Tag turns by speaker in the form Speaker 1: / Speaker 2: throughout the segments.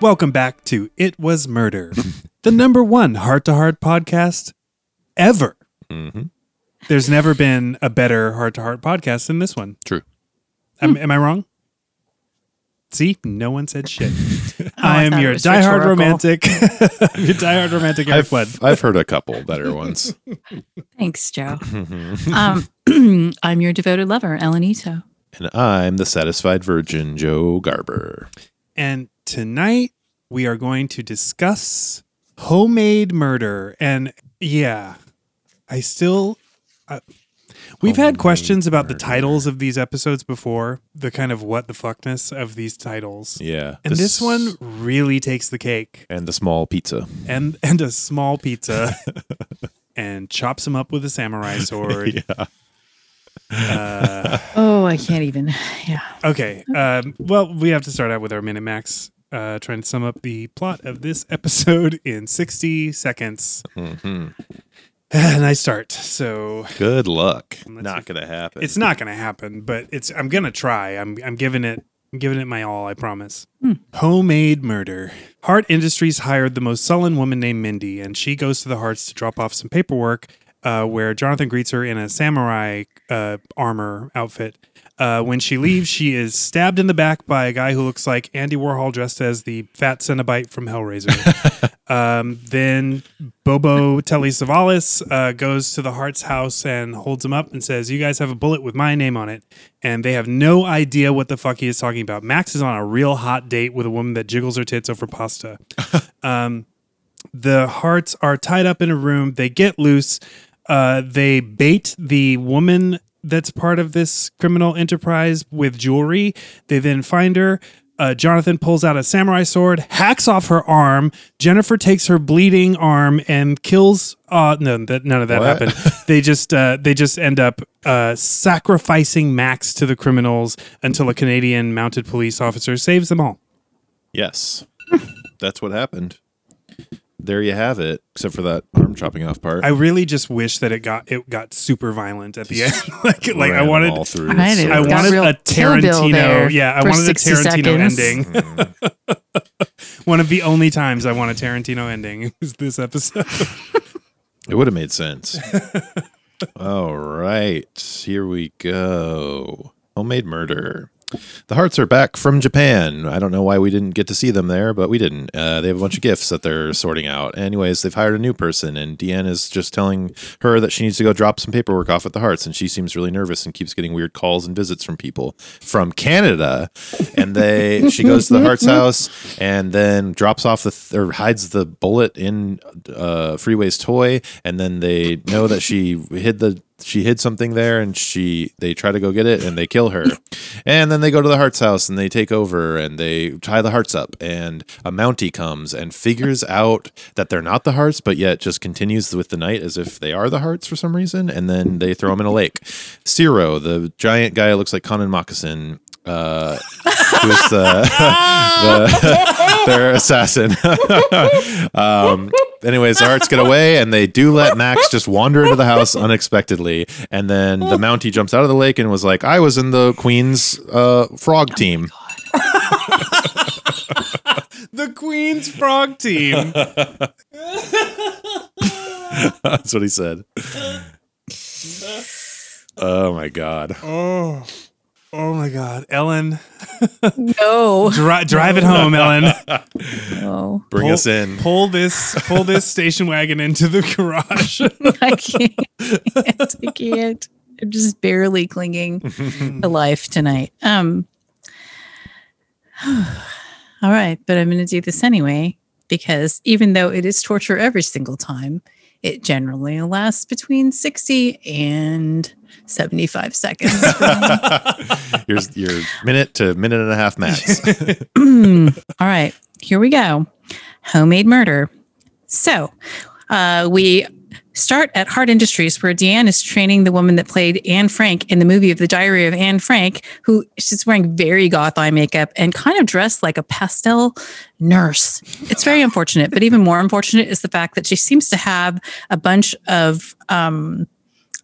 Speaker 1: Welcome back to It Was Murder, the number one heart to heart podcast ever.
Speaker 2: Mm-hmm.
Speaker 1: There's never been a better heart to heart podcast than this one.
Speaker 2: True.
Speaker 3: Hmm.
Speaker 1: Am, am I wrong? See, no one said shit. I am
Speaker 3: thought it
Speaker 1: your
Speaker 3: was
Speaker 1: diehard
Speaker 3: rhetorical.
Speaker 1: romantic, your diehard romantic Eric Flood.
Speaker 2: I've, I've heard a couple better ones.
Speaker 3: Thanks, Joe.
Speaker 2: and
Speaker 3: Um, I'm your devoted lover, Elenito.
Speaker 2: I'm the satisfied virgin, Joe Garber.
Speaker 1: And tonight we are going to discuss homemade murder. And yeah, I still. Uh, we've had
Speaker 2: Homemade
Speaker 1: questions about the
Speaker 2: murder.
Speaker 1: titles of these episodes before, the kind of what the fuckness of these titles.
Speaker 2: Yeah.
Speaker 1: And this one really takes the cake.
Speaker 2: And the small pizza.
Speaker 1: And and a small pizza and chops him up with a samurai sword. Uh,
Speaker 3: Oh, I can't even. Yeah.
Speaker 1: Okay. Um, well, we have to start out with our minute max. Uh, trying to sum up the plot of this episode in 60 seconds.
Speaker 2: hmm
Speaker 1: And I start. So
Speaker 2: Good luck.
Speaker 1: Let's
Speaker 2: not
Speaker 1: see.
Speaker 2: going to happen.
Speaker 1: it's not going to happen, but it's I'm going to try. I'm I'm giving it I'm giving it my all, I promise.
Speaker 3: Hmm.
Speaker 1: Homemade murder. Hart Industries hired the most sullen woman named Mindy, and she goes to the Hearts to drop off some paperwork. Uh, where Jonathan greets her in a samurai uh, armor outfit. Uh, when she leaves, she is stabbed in the back by a guy who looks like Andy Warhol dressed as the fat Cenobite from Hellraiser. um, then Bobo Telly Savalas uh, goes to the Hart's house and holds him up and says, You guys have a bullet with my name on it. And they have no idea what the fuck he is talking about. Max is on a real hot date with a woman that jiggles her tits over pasta. um, the hearts are tied up in a room. They get loose. Uh, they bait the woman that's part of this criminal enterprise with jewelry. They then find her. Uh, Jonathan pulls out a samurai sword, hacks off her arm. Jennifer takes her bleeding arm and kills. Uh, no, that none of that
Speaker 2: What?
Speaker 1: happened. they just uh, they just end up uh, sacrificing Max to the criminals until a Canadian mounted police officer saves them all.
Speaker 2: Yes. That's what happened. There you have it, except for that arm chopping off part.
Speaker 1: I really just wish that it got it got super violent at the end. like like I
Speaker 2: Ran
Speaker 1: wanted
Speaker 2: all through.
Speaker 3: I did.
Speaker 2: so-
Speaker 1: I
Speaker 3: Got
Speaker 1: wanted
Speaker 3: real
Speaker 1: a
Speaker 3: Kill Bill there
Speaker 1: Tarantino. Yeah, I
Speaker 3: for
Speaker 1: wanted a
Speaker 3: 60
Speaker 1: Tarantino
Speaker 3: seconds.
Speaker 1: ending.
Speaker 2: Mhm.
Speaker 1: One of the only times I want a Tarantino ending is this episode.
Speaker 2: It would have made sense. All right, here we go. Homemade murder. The hearts are back from Japan. I don't know why we didn't get to see them there, but we didn't. Uh, they have a bunch of gifts that they're sorting out. Anyways, they've hired a new person, and Deanne is just telling her that she needs to go drop some paperwork off at the hearts, and she seems really nervous and keeps getting weird calls and visits from people from Canada. And they, she goes to the hearts house and then drops off the th- or hides the bullet in uh, Freeway's toy, and then they know that she hid the she hid something there, and she they try to go get it, and they kill her, and then they go to the Hearts house and they take over and they tie the Hearts up, and a Mountie comes and figures out that they're not the Hearts, but yet just continues with the night as if they are the Hearts for some reason, and then they throw him in a lake. Ciro, the giant guy, who looks like Conan Moccasin. Uh, who's the, the their assassin. um, anyways, the Arts get away, and they do let Max just wander into the house unexpectedly. And then the Mountie jumps out of the lake and was like, "I was in the Queen's uh, frog team."
Speaker 1: the Queen's Frog Team.
Speaker 2: That's what he said. Oh my god!
Speaker 1: Oh, oh my God, Ellen,
Speaker 3: No.
Speaker 1: dri- drive it home, Ellen.
Speaker 3: No.
Speaker 2: Bring
Speaker 1: Pull-
Speaker 2: us in.
Speaker 1: Pull this, pull this station wagon into the garage.
Speaker 3: I can't. I can't. I'm just barely clinging to life tonight. Um. All right, but I'm going to do this anyway because even though it is torture every single time, it generally lasts between 60 and 75 seconds. for me.
Speaker 2: Here's your minute to minute and a half max.
Speaker 3: Hmm. All right, here we go. Homemade murder. So uh, we start at Hart Industries, where Deanne is training the woman that played Anne Frank in the movie of the Diary of Anne Frank, who she's wearing very goth eye makeup and kind of dressed like a pastel nurse. It's very unfortunate, but even more unfortunate is the fact that she seems to have a bunch of um,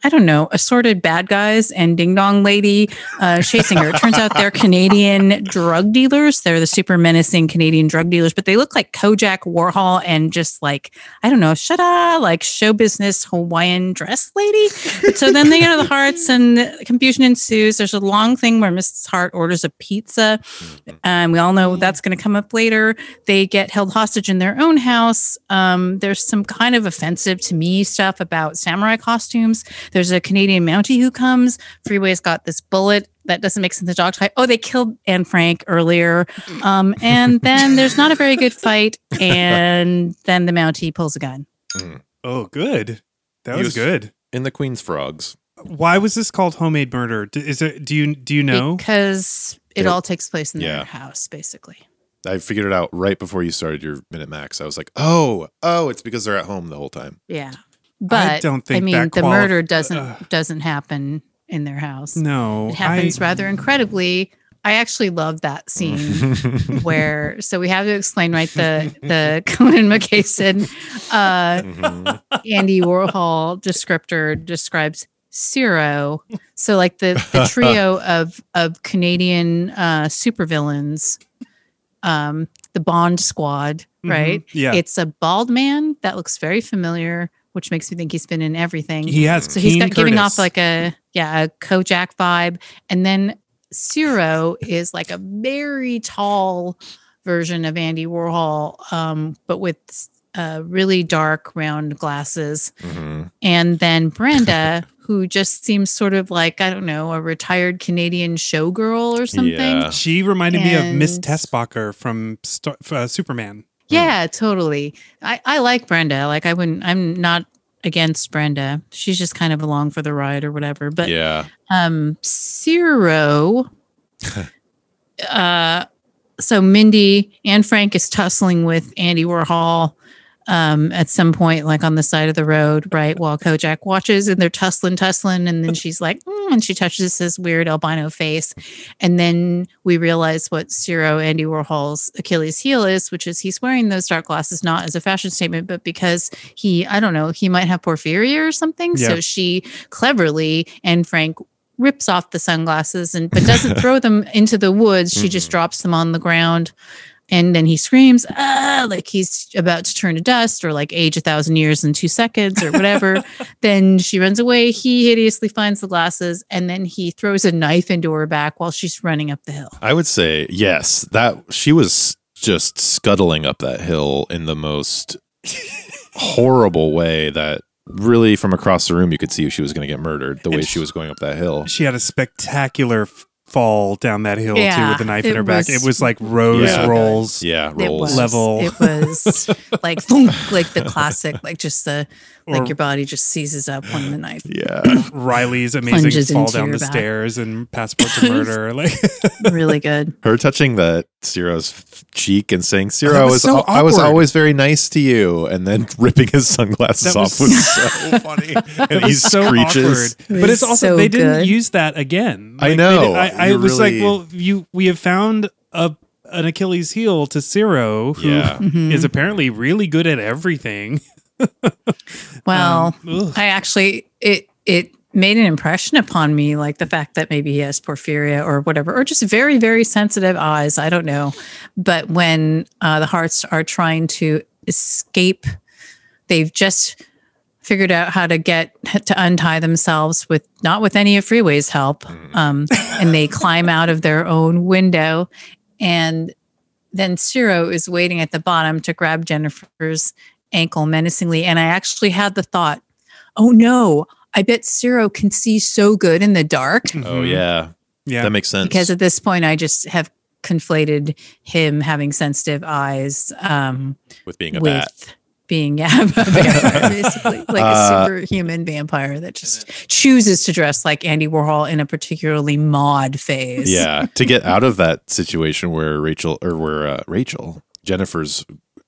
Speaker 3: I don't know, assorted bad guys and ding dong lady uh, chasing her. It turns out they're Canadian drug dealers. They're the super menacing Canadian drug dealers, but they look like Kojak Warhol and just like, I don't know, shada, like show business Hawaiian dress lady. But so then they go to the hearts and confusion ensues. There's a long thing where Mrs. Hart orders a pizza. Um, we all know that's going to come up later. They get held hostage in their own house. Um, there's some kind of offensive to me stuff about samurai costumes. There's a Canadian Mountie who comes. Freeway's got this bullet that doesn't make sense. The dog type. Oh, they killed Anne Frank earlier. Um, and then there's not a very good fight. And then the Mountie pulls a gun.
Speaker 1: Oh, good. That
Speaker 2: He
Speaker 1: was,
Speaker 2: was-
Speaker 1: good.
Speaker 2: In the Queen's Frogs.
Speaker 1: Why was this called homemade murder? D- Is it? Do you do you know?
Speaker 3: Because it
Speaker 2: Yeah.
Speaker 3: all takes place in
Speaker 2: Yeah.
Speaker 3: their house, basically.
Speaker 2: I figured it out right before you started your minute max. I was like, oh, oh, it's because they're at home the whole time.
Speaker 3: Yeah. But I,
Speaker 1: don't think
Speaker 3: mean
Speaker 1: that
Speaker 3: the
Speaker 1: qualif-
Speaker 3: murder doesn't
Speaker 1: Ugh.
Speaker 3: doesn't happen in their house.
Speaker 1: no,
Speaker 3: It happens
Speaker 1: I,
Speaker 3: rather incredibly. I actually love that scene
Speaker 2: Mm-hmm.
Speaker 3: where so we have to explain right the the Conan McCason uh
Speaker 2: Mhm.
Speaker 3: Andy Warhol descriptor describes Ciro. So like the, the trio of of Canadian uh supervillains, um, the Bond squad,
Speaker 1: Mhm.
Speaker 3: right?
Speaker 1: Yeah,
Speaker 3: It's a bald man that looks very familiar, which makes me think he's been in everything.
Speaker 1: he has.
Speaker 3: so he's
Speaker 1: Keen
Speaker 3: got giving
Speaker 1: Curtis.
Speaker 3: off like a yeah, a Kojak vibe. And then Ciro is like a very tall version of Andy Warhol, um, but with uh, really dark round glasses.
Speaker 2: Mhm.
Speaker 3: And then Brenda, who just seems sort of like, I don't know, a retired Canadian showgirl or something.
Speaker 2: Yeah.
Speaker 1: She reminded me of Miss
Speaker 3: And-
Speaker 1: Tessbacher from Star, uh, Superman.
Speaker 3: Yeah, totally. I, I like Brenda. Like I wouldn't I'm not against Brenda. She's just kind of along for the ride or whatever. But
Speaker 2: yeah.
Speaker 3: um Ciro uh so Mindy and Frank is tussling with Andy Warhol um at some point like on the side of the road, right, while Kojak watches and they're tussling, tussling, and then she's like, "Mm," and she touches this weird albino face. And then we realize what Ciro Andy Warhol's Achilles heel is, which is he's wearing those dark glasses not as a fashion statement, but because he, I don't know, he might have porphyria or something.
Speaker 1: Yeah.
Speaker 3: So she cleverly and Frank rips off the sunglasses and but doesn't throw them into the woods. She just
Speaker 2: Mhm.
Speaker 3: drops them on the ground. And then he screams, ah, like he's about to turn to dust or like age a thousand years in two seconds or whatever. Then she runs away. He hideously finds the glasses and then he throws a knife into her back while she's running up the hill.
Speaker 2: I would say yes. That she was just scuttling up that hill in the most horrible way that really from across the room you could see she was going to get murdered the way she was going up that hill.
Speaker 1: She had a spectacular f- fall down that hill too
Speaker 3: Yeah,
Speaker 1: with a knife in
Speaker 3: it
Speaker 1: her back.
Speaker 3: was
Speaker 1: It was like rose
Speaker 2: Yeah.
Speaker 1: rolls.
Speaker 2: Yeah,
Speaker 3: It
Speaker 2: rolls.
Speaker 3: was
Speaker 1: Level.
Speaker 3: It was like thunk, like the classic, like just the
Speaker 1: Or-
Speaker 3: like your body just seizes up when the knife.
Speaker 2: Yeah.
Speaker 1: Riley's amazing
Speaker 3: Plunges
Speaker 1: fall
Speaker 3: into
Speaker 1: down
Speaker 3: your
Speaker 1: the
Speaker 3: back.
Speaker 1: stairs and passport to murder. Like
Speaker 3: Really good.
Speaker 2: Her touching the Ciro's f- cheek and saying, "Ciro,
Speaker 1: That
Speaker 2: I
Speaker 1: was
Speaker 2: was
Speaker 1: so
Speaker 2: I was
Speaker 1: awkward.
Speaker 2: always very nice to you," and then ripping his sunglasses
Speaker 1: That
Speaker 2: off
Speaker 1: was-
Speaker 2: was so funny. And he
Speaker 1: was so
Speaker 2: screeches.
Speaker 1: awkward. But it's
Speaker 3: It's
Speaker 1: also
Speaker 3: so
Speaker 1: they didn't
Speaker 3: good.
Speaker 1: use that again.
Speaker 2: I
Speaker 1: Like, they
Speaker 2: know.
Speaker 1: did- I, I
Speaker 2: You
Speaker 1: was
Speaker 2: Oh, really-
Speaker 1: like, well, you we have found a an Achilles heel to Ciro, who is
Speaker 2: Yeah.
Speaker 3: Mhm.
Speaker 1: apparently really good at everything.
Speaker 3: well,
Speaker 1: Um, ugh.
Speaker 3: I actually it it made an impression upon me, like the fact that maybe he has porphyria or whatever, or just very very sensitive eyes. I don't know, but when uh, the hearts are trying to escape, they've just figured out how to get to untie themselves with not with any of Freeway's help, um, and they climb out of their own window, and then Ciro is waiting at the bottom to grab Jennifer's ankle menacingly, and I actually had the thought oh no, I bet Ciro can see so good in the dark.
Speaker 2: Oh
Speaker 1: Mhm.
Speaker 2: yeah,
Speaker 1: yeah.
Speaker 2: that makes sense.
Speaker 3: Because at this point, I just have conflated him having sensitive eyes um,
Speaker 2: with being a
Speaker 3: with
Speaker 2: bat,
Speaker 3: being yeah, a vampire, basically like
Speaker 2: Uh,
Speaker 3: a superhuman vampire that just chooses to dress like Andy Warhol in a particularly mod phase.
Speaker 2: yeah, to get out of that situation where Rachel or where uh, Rachel Jennifer's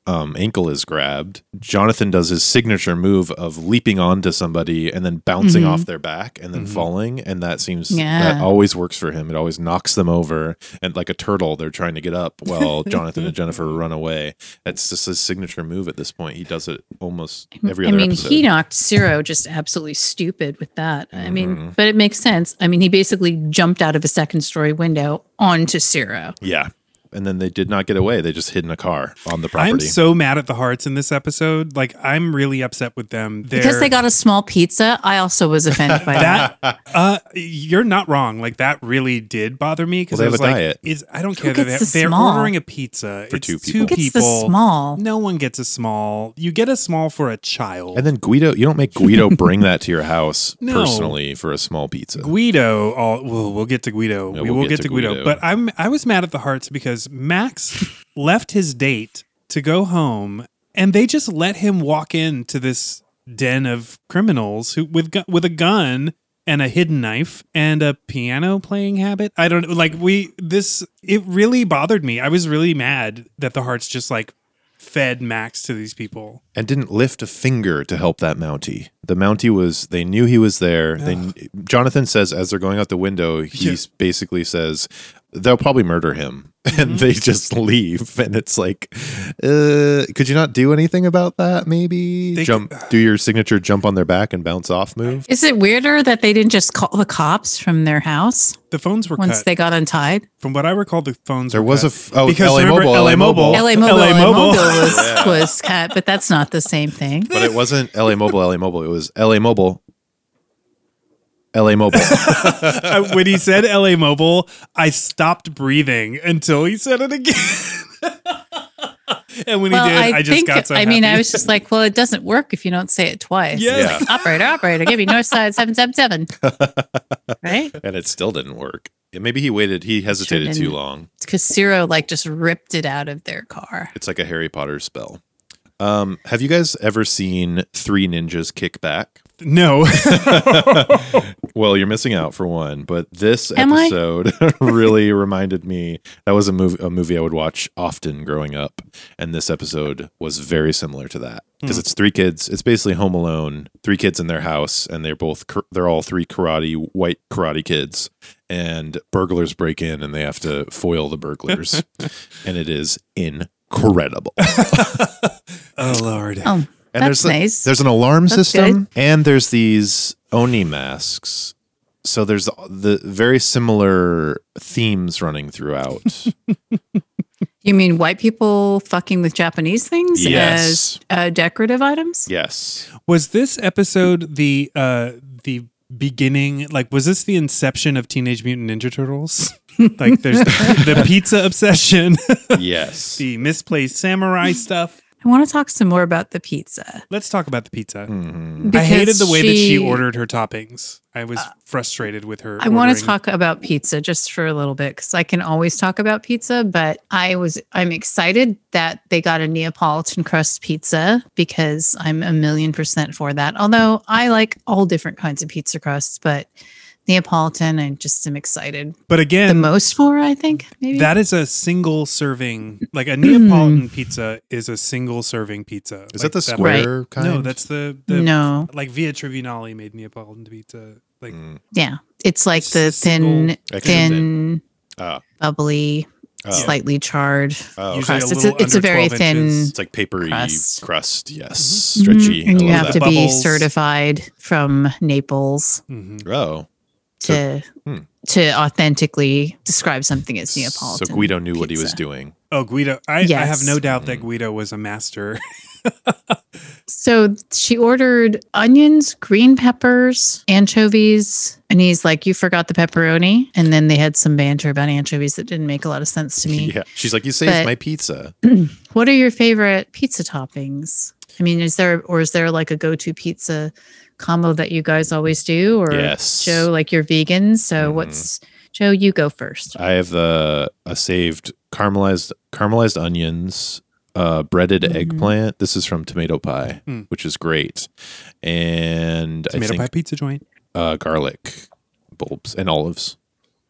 Speaker 2: um, ankle is grabbed, Jonathan does his signature move of leaping onto somebody and then bouncing
Speaker 3: Mhm.
Speaker 2: off their back and then
Speaker 1: Mhm.
Speaker 2: falling. And that seems that
Speaker 3: Yeah.
Speaker 2: always works for him. It always knocks them over. And like a turtle, they're trying to get up while Jonathan and Jennifer run away. That's just his signature move at this point. He does it almost every
Speaker 3: I
Speaker 2: other
Speaker 3: mean,
Speaker 2: episode.
Speaker 3: he knocked Ciro just absolutely stupid with that. I mean,
Speaker 2: Mhm.
Speaker 3: but it makes sense. I mean, he basically jumped out of a second story window onto Ciro.
Speaker 2: yeah. And then they did not get away. They just hid in a car on the property.
Speaker 1: I'm so mad at the hearts in this episode. Like I'm really upset with them. They're,
Speaker 3: Because they got a small pizza, I also was offended by that.
Speaker 1: that. uh, you're not wrong. Like that really did bother me because
Speaker 2: Well, they
Speaker 1: I was
Speaker 2: have a
Speaker 1: like,
Speaker 2: diet.
Speaker 1: "Is I don't
Speaker 3: Who
Speaker 1: care. that
Speaker 3: gets
Speaker 1: they-
Speaker 3: the
Speaker 1: they're
Speaker 3: small?
Speaker 1: ordering a pizza
Speaker 2: For
Speaker 1: It's
Speaker 2: two people. Who
Speaker 3: Who gets the small?
Speaker 1: No one gets a small. You get a small for a child.
Speaker 2: And then Guido, you don't make Guido bring that to your house
Speaker 1: No.
Speaker 2: personally for a small pizza.
Speaker 1: Guido, all well, we'll get to Guido.
Speaker 2: Yeah,
Speaker 1: we
Speaker 2: we'll
Speaker 1: will get,
Speaker 2: get to
Speaker 1: to Guido.
Speaker 2: Guido.
Speaker 1: But I'm I was mad at the Hearts because Max left his date to go home, and they just let him walk into this den of criminals who with gu- with a gun and a hidden knife and a piano playing habit. I don't like we this. It really bothered me. I was really mad that the Hearts just like fed Max to these people.
Speaker 2: and didn't lift a finger to help that Mountie. The Mountie was they knew he was there. They Jonathan says as they're going out the window, he
Speaker 1: Yeah.
Speaker 2: s basically says they'll probably murder him.
Speaker 1: Mm-hmm.
Speaker 2: And they just leave, and it's like, uh, could you not do anything about that? Maybe
Speaker 1: They c-
Speaker 2: jump, do your signature jump on their back and bounce off move.
Speaker 3: Is it weirder that they didn't just call the cops from their house
Speaker 1: The phones were
Speaker 3: once
Speaker 1: cut.
Speaker 3: they got untied?
Speaker 1: From what I recall, the phones
Speaker 2: There
Speaker 1: were
Speaker 2: was a
Speaker 1: cut.
Speaker 2: f- oh
Speaker 1: Because
Speaker 2: LA
Speaker 1: remember
Speaker 2: Mobile,
Speaker 1: LA Mobile.
Speaker 3: LA Mobile,
Speaker 1: LA
Speaker 3: LA Mobile,
Speaker 1: Mobile.
Speaker 3: was,
Speaker 2: Yeah.
Speaker 3: was cut, but that's not the same thing.
Speaker 2: but it wasn't LA Mobile, LA Mobile. It was LA Mobile, LA Mobile.
Speaker 1: I- when he said LA Mobile, I stopped breathing until he said it again. and when
Speaker 3: Well,
Speaker 1: he did,
Speaker 3: I,
Speaker 1: I, just
Speaker 3: think,
Speaker 1: got so
Speaker 3: I mean, I
Speaker 1: happy.
Speaker 3: was just like, well, it doesn't work if you don't say it twice.
Speaker 1: Yeah.
Speaker 2: Yeah.
Speaker 3: operator, operator, give me Northside 777. right?
Speaker 2: and it still didn't work. And maybe he waited, he hesitated too
Speaker 3: didn't.
Speaker 2: long.
Speaker 3: Because Ciro like just ripped it out of their car.
Speaker 2: It's like a Harry Potter spell. Um, have you guys ever seen Three Ninjas Kick Back?
Speaker 1: no.
Speaker 2: Well, you're missing out for one, but this
Speaker 3: Am I?
Speaker 2: episode really reminded me that was a movie a movie I would watch often growing up, and this episode was very similar to that because it's three kids. It's basically Home Alone, three kids in their house, and they're both kar- they're all three karate white karate kids, and burglars break in and they have to foil the burglars, and it is incredible.
Speaker 1: oh Lord.
Speaker 3: Oh,
Speaker 2: And
Speaker 3: That's
Speaker 2: there's a-
Speaker 3: nice.
Speaker 2: there's an alarm
Speaker 3: That's
Speaker 2: system, and there's these Oni masks. So there's the very similar themes running throughout.
Speaker 3: you mean white people fucking with Japanese things
Speaker 2: Yes.
Speaker 3: as uh, decorative items?
Speaker 2: yes,
Speaker 1: Was this episode the uh the beginning like was this the inception of Teenage Mutant Ninja Turtles? like there's the, the pizza obsession,
Speaker 2: yes.
Speaker 1: the misplaced samurai stuff.
Speaker 3: I want to talk some more about the pizza.
Speaker 1: Let's talk about the pizza.
Speaker 2: Mhm.
Speaker 1: I hated
Speaker 3: because Uh,
Speaker 1: the way that she ordered her toppings. I was frustrated with her.
Speaker 3: I want to
Speaker 1: ordering.
Speaker 3: talk about pizza just for a little bit because I can always talk about pizza, but I was I'm excited that they got a Neapolitan crust pizza because I'm a million percent for that. Although I like all different kinds of pizza crusts, but Neapolitan I just am excited
Speaker 1: But
Speaker 3: the
Speaker 1: again,
Speaker 3: most for. I think maybe Mm.
Speaker 1: That is a single serving, like a Neapolitan pizza is a single serving pizza.
Speaker 2: Is
Speaker 1: Like
Speaker 2: that the
Speaker 3: Right.
Speaker 2: square kind?
Speaker 1: No, that's the, the
Speaker 3: no,
Speaker 1: Like Via Trivinale made Neapolitan pizza. Like
Speaker 2: Mm.
Speaker 3: yeah, it's like
Speaker 1: It's
Speaker 3: the
Speaker 1: a single-
Speaker 3: thin,
Speaker 2: Extra
Speaker 3: thin,
Speaker 2: Ah.
Speaker 3: bubbly,
Speaker 2: Oh.
Speaker 3: slightly charred
Speaker 2: Oh,
Speaker 1: usually
Speaker 3: crust.
Speaker 1: a
Speaker 3: It's a-
Speaker 1: little
Speaker 3: it's a
Speaker 1: under
Speaker 3: very
Speaker 1: 12
Speaker 3: thin-
Speaker 1: inches.
Speaker 2: it's like papery crust.
Speaker 3: Crust.
Speaker 2: yes,
Speaker 3: Mhm.
Speaker 2: stretchy.
Speaker 3: and
Speaker 2: I
Speaker 3: you
Speaker 2: love
Speaker 3: have
Speaker 2: that.
Speaker 3: to be
Speaker 1: Bubbles.
Speaker 3: certified from Naples
Speaker 1: Mhm.
Speaker 2: oh, So-
Speaker 3: to
Speaker 2: hmm.
Speaker 3: to authentically describe something as Neapolitan.
Speaker 2: so Guido knew what he was
Speaker 3: pizza.
Speaker 2: doing.
Speaker 1: Oh, Guido. I, I have
Speaker 3: Yes.
Speaker 1: no doubt that
Speaker 2: Mm.
Speaker 1: Guido was a master.
Speaker 3: So she ordered onions, green peppers, anchovies, and he's like, "You forgot the pepperoni." And then they had some banter about anchovies that didn't make a lot of sense to me.
Speaker 2: Yeah, she's like, you saved
Speaker 3: But-
Speaker 2: my pizza.
Speaker 3: What are your favorite pizza toppings? I mean, is there or is there like a go-to pizza combo that you guys always do? Or
Speaker 2: Yes.
Speaker 3: Joe, like you're vegan, so
Speaker 2: Mhm.
Speaker 3: what's Joe? You go first.
Speaker 2: I have the a saved caramelized caramelized onions, uh, breaded
Speaker 3: Mhm.
Speaker 2: eggplant. This is from Tomato Pie,
Speaker 1: Mm-hmm. Hmm.
Speaker 2: which is great, and
Speaker 1: Tomato
Speaker 2: I
Speaker 1: pie
Speaker 2: think
Speaker 1: pizza joint.
Speaker 2: Uh, garlic bulbs and olives.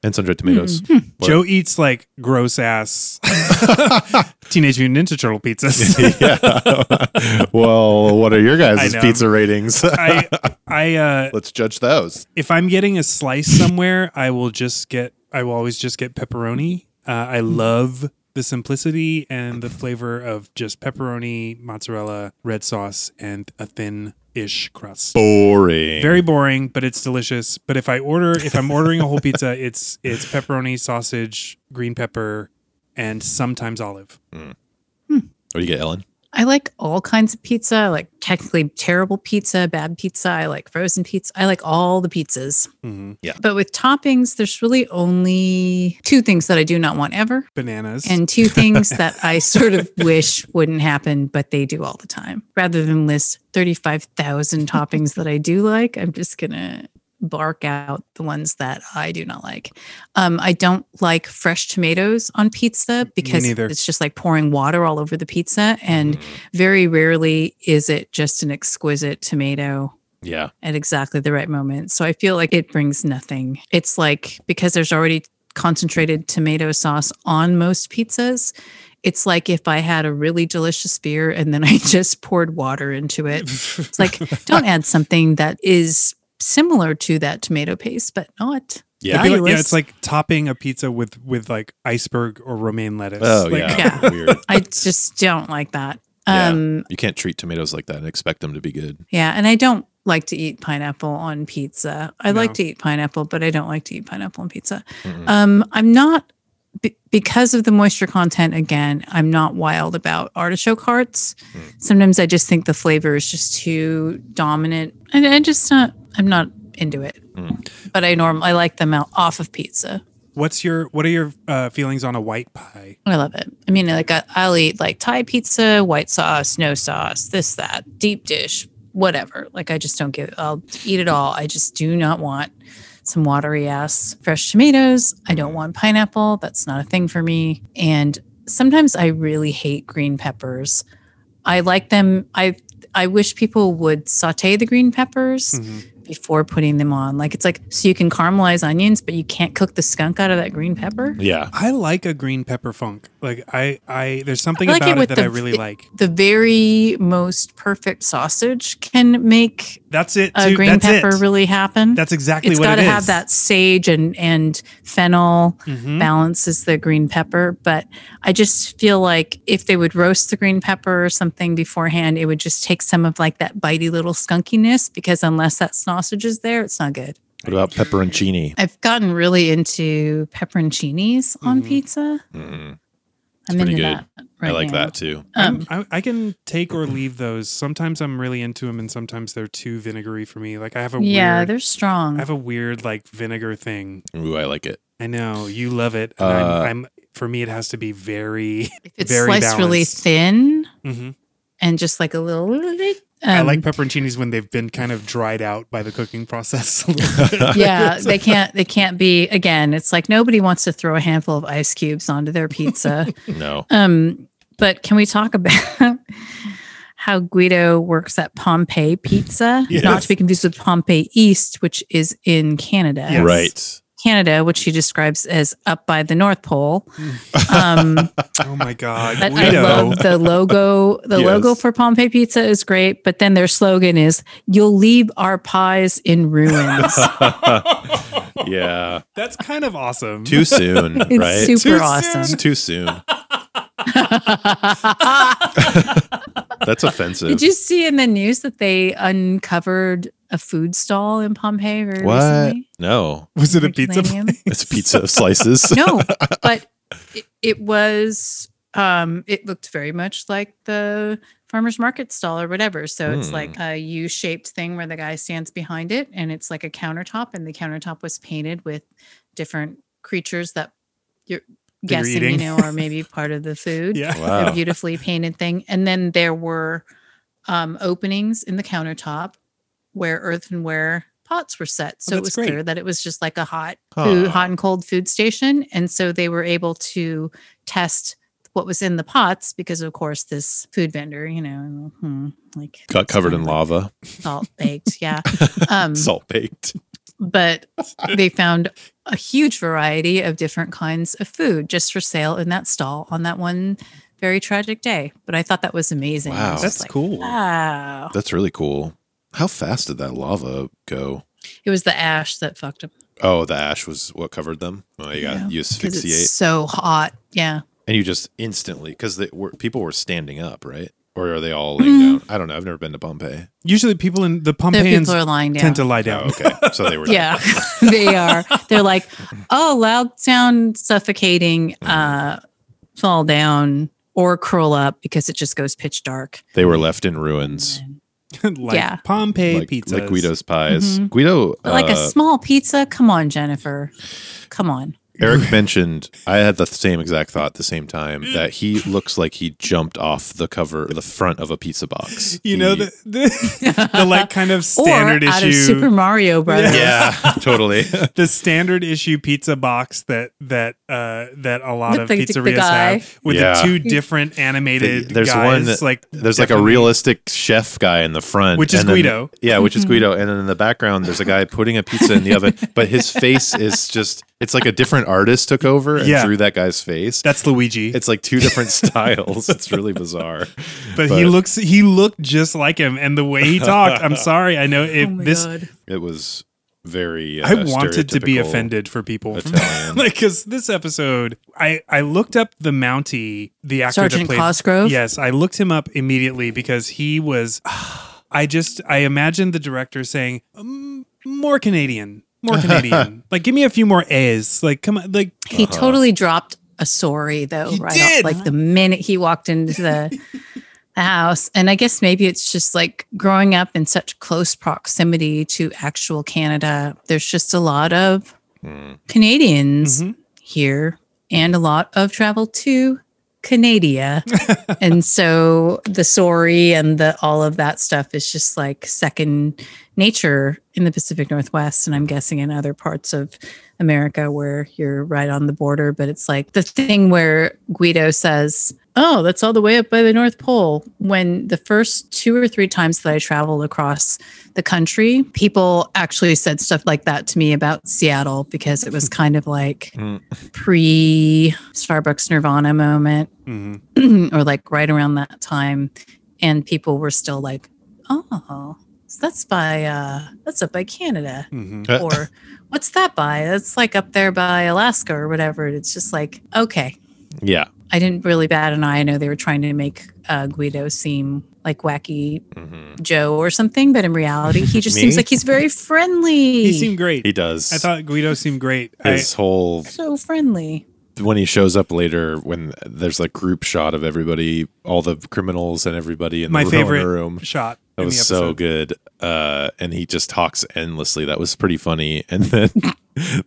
Speaker 2: and Sundried Tomatoes. What?
Speaker 1: Joe eats like gross ass Hmm. Teenage Mutant Ninja Turtle pizzas.
Speaker 2: yeah. well, what are your
Speaker 1: I
Speaker 2: guys'
Speaker 1: know.
Speaker 2: pizza ratings?
Speaker 1: I, I, uh,
Speaker 2: Let's judge those.
Speaker 1: if I'm getting a slice somewhere, I will just get, I will always just get pepperoni. Uh, I
Speaker 2: Mm-hmm.
Speaker 1: love the simplicity and the flavor of just pepperoni, mozzarella, red sauce, and a thin ish crust.
Speaker 2: Boring.
Speaker 1: Very boring, but it's delicious. But if I order, if I'm ordering a whole pizza, it's it's pepperoni, sausage, green pepper, and sometimes olive.
Speaker 2: what do Oh, you get, Ellen?
Speaker 3: I like all kinds of pizza. I like technically terrible pizza, bad pizza. I like frozen pizza. I like all the pizzas.
Speaker 2: Mm-hmm.
Speaker 1: hmm
Speaker 3: But with toppings, there's really only two things that I do not want ever,
Speaker 1: Bananas.
Speaker 3: and two things that I sort of wish wouldn't happen, but they do all the time. Rather than list 35,000 toppings that I do like, I'm just going to bark out the ones that I do not like. Um, I don't like fresh tomatoes on pizza because
Speaker 1: neither.
Speaker 3: it's just like pouring water all over the pizza. And very rarely is it just an exquisite tomato
Speaker 2: Yeah.
Speaker 3: at exactly the right moment. So I feel like it brings nothing. It's like because there's already concentrated tomato sauce on most pizzas, it's like if I had a really delicious beer and then I just poured water into it. It's like don't add something that is similar to that tomato paste, but not.
Speaker 1: It'd
Speaker 2: Yeah.
Speaker 1: be like- yeah,
Speaker 3: valueless.
Speaker 1: it's like topping a pizza with with like iceberg or romaine lettuce.
Speaker 2: Oh,
Speaker 1: Like,
Speaker 2: yeah.
Speaker 3: Yeah.
Speaker 2: Weird.
Speaker 3: I just don't like that.
Speaker 2: Yeah.
Speaker 3: Um
Speaker 2: You can't treat tomatoes like that and expect them to be good.
Speaker 3: yeah, and I don't like to eat pineapple on pizza. I
Speaker 1: No.
Speaker 3: like to eat pineapple, but I don't like to eat pineapple on pizza.
Speaker 2: Mm-mm.
Speaker 3: Um, I'm not be- because of the moisture content. Again, I'm not wild about artichoke hearts.
Speaker 2: Hmm.
Speaker 3: Sometimes I just think the flavor is just too dominant, and I just not. I'm not into it.
Speaker 2: Hmm.
Speaker 3: But I norm I like them out off of pizza.
Speaker 1: What's your what are your uh, feelings on a white pie?
Speaker 3: I love it. I mean, like I, I'll eat like Thai pizza, white sauce, no sauce, this that deep dish, whatever. Like I just don't give. I'll eat it all. I just do not want some watery ass fresh tomatoes. I don't want pineapple. That's not a thing for me. And sometimes I really hate green peppers. I like them. I I wish people would saute the green peppers
Speaker 1: Mhm.
Speaker 3: before putting them on. Like it's like so you can caramelize onions, but you can't cook the skunk out of that green pepper.
Speaker 2: Yeah.
Speaker 1: I like a green pepper funk. Like I I there's something
Speaker 3: like it
Speaker 1: about it,
Speaker 3: with
Speaker 1: that
Speaker 3: the-
Speaker 1: I really like.
Speaker 3: the very most perfect sausage can make
Speaker 1: That's it.
Speaker 3: a
Speaker 1: Too.
Speaker 3: green
Speaker 1: That's
Speaker 3: pepper
Speaker 1: it.
Speaker 3: really happen.
Speaker 1: That's exactly
Speaker 3: it's
Speaker 1: what
Speaker 3: got to
Speaker 1: it
Speaker 3: have
Speaker 1: is.
Speaker 3: that sage and and fennel
Speaker 1: Mhm.
Speaker 3: balances the green pepper. But I just feel like if they would roast the green pepper or something beforehand, it would just take some of like that bitey little skunkiness because unless that sausage is there, it's not good.
Speaker 2: What about pepperoncini?
Speaker 3: I've gotten really into pepperoncinis on
Speaker 1: Mhm.
Speaker 3: pizza.
Speaker 2: Mm.
Speaker 3: I'm
Speaker 2: pretty
Speaker 3: into
Speaker 2: good.
Speaker 3: that. Right
Speaker 2: I like
Speaker 3: now.
Speaker 2: that too.
Speaker 3: Um,
Speaker 1: I, I can take or leave those. Sometimes I'm really into them, and sometimes they're too vinegary for me. Like I have a
Speaker 3: yeah,
Speaker 1: weird,
Speaker 3: they're strong.
Speaker 1: I have a weird like vinegar thing.
Speaker 2: Ooh, I like it.
Speaker 1: I know you love it. And
Speaker 2: Uh,
Speaker 1: I'm, I'm for me, it has to be very.
Speaker 3: if it's
Speaker 1: very
Speaker 3: sliced really
Speaker 1: balanced.
Speaker 3: thin
Speaker 1: Mhm.
Speaker 3: and just like a little um,
Speaker 1: I like pepperoncinis when they've been kind of dried out by the cooking process. a little bit.
Speaker 3: um, yeah they can't they can't be again it's like nobody wants to throw a handful of ice cubes onto their pizza
Speaker 2: No.
Speaker 3: um but can we talk about how guido works at pompeii pizza not
Speaker 2: Yes.
Speaker 3: to be confused with pompeii east which is in canada
Speaker 1: Yes.
Speaker 2: Right.
Speaker 3: canada which he describes as up by the north pole um
Speaker 1: oh my god,
Speaker 3: But I
Speaker 1: Guido.
Speaker 3: love the logo. The logo
Speaker 2: Yes.
Speaker 3: for Pompeii Pizza is great, but then their slogan is "You'll leave our pies in ruins."
Speaker 2: yeah.
Speaker 1: That's kind of awesome.
Speaker 2: Too soon,
Speaker 3: It's
Speaker 2: right?
Speaker 3: super
Speaker 1: Too
Speaker 2: It's
Speaker 3: awesome.
Speaker 2: too soon. That's offensive.
Speaker 3: Did you see in the news that they uncovered a food stall in Pompeii very
Speaker 2: what?
Speaker 3: recently?
Speaker 2: No.
Speaker 1: Was it a
Speaker 3: They're
Speaker 1: pizza?
Speaker 3: claiming-
Speaker 2: It's pizza slices.
Speaker 3: no, but it, it was. Um, it looked very much like the farmers market stall or whatever. So it's
Speaker 2: Hmm.
Speaker 3: like a U-shaped thing where the guy stands behind it, and it's like a countertop, and the countertop was painted with different creatures that you're
Speaker 1: That you're
Speaker 3: guessing, you
Speaker 1: eating.
Speaker 3: know, are maybe part of the food
Speaker 1: Yeah. Oh.
Speaker 3: a
Speaker 2: Wow.
Speaker 3: beautifully painted thing. And then there were um, openings in the countertop where earthenware pots were set. So
Speaker 1: Oh,
Speaker 3: it
Speaker 1: that's
Speaker 3: was
Speaker 1: great.
Speaker 3: clear that it was just like a hot food,
Speaker 2: Huh.
Speaker 3: hot and cold food station. And so they were able to test what was in the pots because of course this food vendor, you know, hmm, like Mm-hmm.
Speaker 2: Got covered in lava,
Speaker 3: salt baked. Yeah. Um,
Speaker 2: salt baked.
Speaker 3: but they found a huge variety of different kinds of food just for sale in that stall on that one very tragic day. But I thought that was amazing. I
Speaker 2: Wow.
Speaker 3: was just
Speaker 1: That's
Speaker 3: like,
Speaker 1: cool.
Speaker 3: Wow.
Speaker 2: That's really cool. How fast did that lava go?
Speaker 3: It was the ash that fucked up
Speaker 2: Oh, the ash was what covered them. Oh, you got
Speaker 3: Yeah,
Speaker 2: you
Speaker 3: because
Speaker 2: asphyxiate,
Speaker 3: it's so hot. Yeah.
Speaker 2: and you just instantly because they were people were standing up, right? Or are they all laying
Speaker 3: Mm-hmm.
Speaker 2: down? I don't know. I've never been to Pompeii.
Speaker 1: Usually, people in the
Speaker 3: The
Speaker 1: Pompeians
Speaker 3: people are lying down.
Speaker 1: tend to lie down.
Speaker 2: Oh, okay. So they were.
Speaker 3: yeah they are they're like oh loud sound suffocating uh fall down or curl up because it just goes pitch dark
Speaker 2: They were left in ruins,
Speaker 1: like
Speaker 3: Yeah.
Speaker 1: Pompeii
Speaker 2: like,
Speaker 1: pizzas.
Speaker 2: like Guido's pies.
Speaker 3: Mhm.
Speaker 2: Guido,
Speaker 3: But like a
Speaker 2: uh,
Speaker 3: small pizza come on jennifer come on
Speaker 2: Eric mentioned. I had the same exact thought at the same time
Speaker 1: Mm.
Speaker 2: that he looks like he jumped off the cover, the front of a pizza box.
Speaker 1: You know
Speaker 2: He-
Speaker 1: the, the the like kind of standard
Speaker 3: or out
Speaker 1: issue.
Speaker 3: of super mario brothers
Speaker 2: Yeah, totally.
Speaker 1: the standard issue pizza box that that uh that a lot
Speaker 3: With
Speaker 1: of
Speaker 3: the- the
Speaker 1: pizzerias
Speaker 3: guy.
Speaker 1: have with
Speaker 2: Yeah.
Speaker 1: the two different animated
Speaker 2: There's
Speaker 1: guys,
Speaker 2: one that-
Speaker 1: like
Speaker 2: There's like a
Speaker 1: different-
Speaker 2: realistic chef guy in the front,
Speaker 1: Which is
Speaker 2: and then-
Speaker 1: Guido.
Speaker 2: Yeah, which
Speaker 3: Mm-hmm.
Speaker 2: is Guido, and then in the background there's a guy putting a pizza in the oven, but his face is just—it's like a different artist took over and
Speaker 1: Yeah.
Speaker 2: drew that guy's face.
Speaker 1: that's Luigi.
Speaker 2: It's like two different styles. It's really bizarre.
Speaker 1: but, he
Speaker 2: but-
Speaker 1: looks he looked just like him and the way he talked, I'm sorry, I know if
Speaker 3: oh my
Speaker 1: this
Speaker 3: god
Speaker 2: It was very. Uh,
Speaker 1: I wanted to be
Speaker 2: stereotypical
Speaker 1: offended for people.
Speaker 2: Italian.
Speaker 1: like cuz this episode I I looked up the Mountie, the actor that
Speaker 3: sergeant
Speaker 1: played
Speaker 3: cosgrove
Speaker 1: Yes, I looked him up immediately because he was. I just I imagined the director saying um, more Canadian, more Canadian. like give me a few more A's. Like come on, like
Speaker 3: he totally dropped a sorry though
Speaker 1: Uh-huh. He
Speaker 3: right
Speaker 1: did.
Speaker 3: off like the minute he walked into the the house and i guess maybe it's just like growing up in such close proximity to actual canada there's just a lot of
Speaker 1: Hmm.
Speaker 2: Mm.
Speaker 3: canadians
Speaker 1: mhm.
Speaker 3: here and a lot of travel to canada and so the sorry and the all of that stuff is just like second nature in the pacific northwest and i'm guessing in other parts of america where you're right on the border but it's like the thing where guido says oh that's all the way up by the north pole when the first two or three times that i traveled across the country people actually said stuff like that to me about seattle because it was kind of like
Speaker 2: Mm.
Speaker 3: pre starbucks nirvana moment
Speaker 1: Mhm.
Speaker 3: or like right around that time and people were still like oh so that's by uh that's up by canada
Speaker 1: Mhm.
Speaker 3: or what's that by that's like up there by alaska or whatever And it's just like okay
Speaker 2: Yeah.
Speaker 3: i didn't really bat an eye i know they were trying to make uh, guido seem like wacky
Speaker 2: hmm
Speaker 3: joe or something but in reality he just seems
Speaker 2: Me?
Speaker 3: like he's very friendly
Speaker 1: He seemed great.
Speaker 2: He does.
Speaker 1: I thought Guido seemed great. I,
Speaker 2: his whole
Speaker 3: so friendly
Speaker 2: when he shows up later when there's like group shot of everybody, all the criminals and everybody in
Speaker 1: my
Speaker 2: the room-
Speaker 1: favorite
Speaker 2: room.
Speaker 1: shot.
Speaker 2: That
Speaker 1: in
Speaker 2: was
Speaker 1: the
Speaker 2: so
Speaker 1: episode.
Speaker 2: good. Uh, and he just talks endlessly. That was pretty funny. And then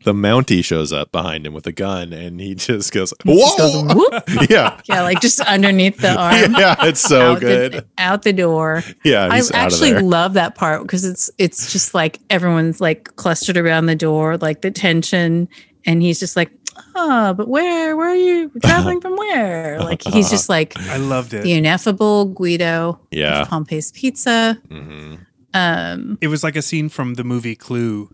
Speaker 2: the Mountie shows up behind him with a gun and he just goes,
Speaker 3: He just goes,
Speaker 2: Whoa!
Speaker 3: whoop.
Speaker 2: yeah.
Speaker 3: yeah like just underneath the arm
Speaker 2: Yeah. It's so
Speaker 3: out the-
Speaker 2: good.
Speaker 3: out the door
Speaker 2: yeah.
Speaker 3: I
Speaker 2: He's out of
Speaker 3: actually
Speaker 2: there.
Speaker 3: love that part because it's it's just like everyone's like clustered around the door, like the tension, and he's just like, oh, but where where are you traveling from? Where like he's just like
Speaker 1: I loved it.
Speaker 3: the ineffable Guido,
Speaker 2: Yeah.
Speaker 3: of Pompey's Pizza.
Speaker 2: Mhm.
Speaker 3: Um,
Speaker 1: It was like a scene from the movie Clue.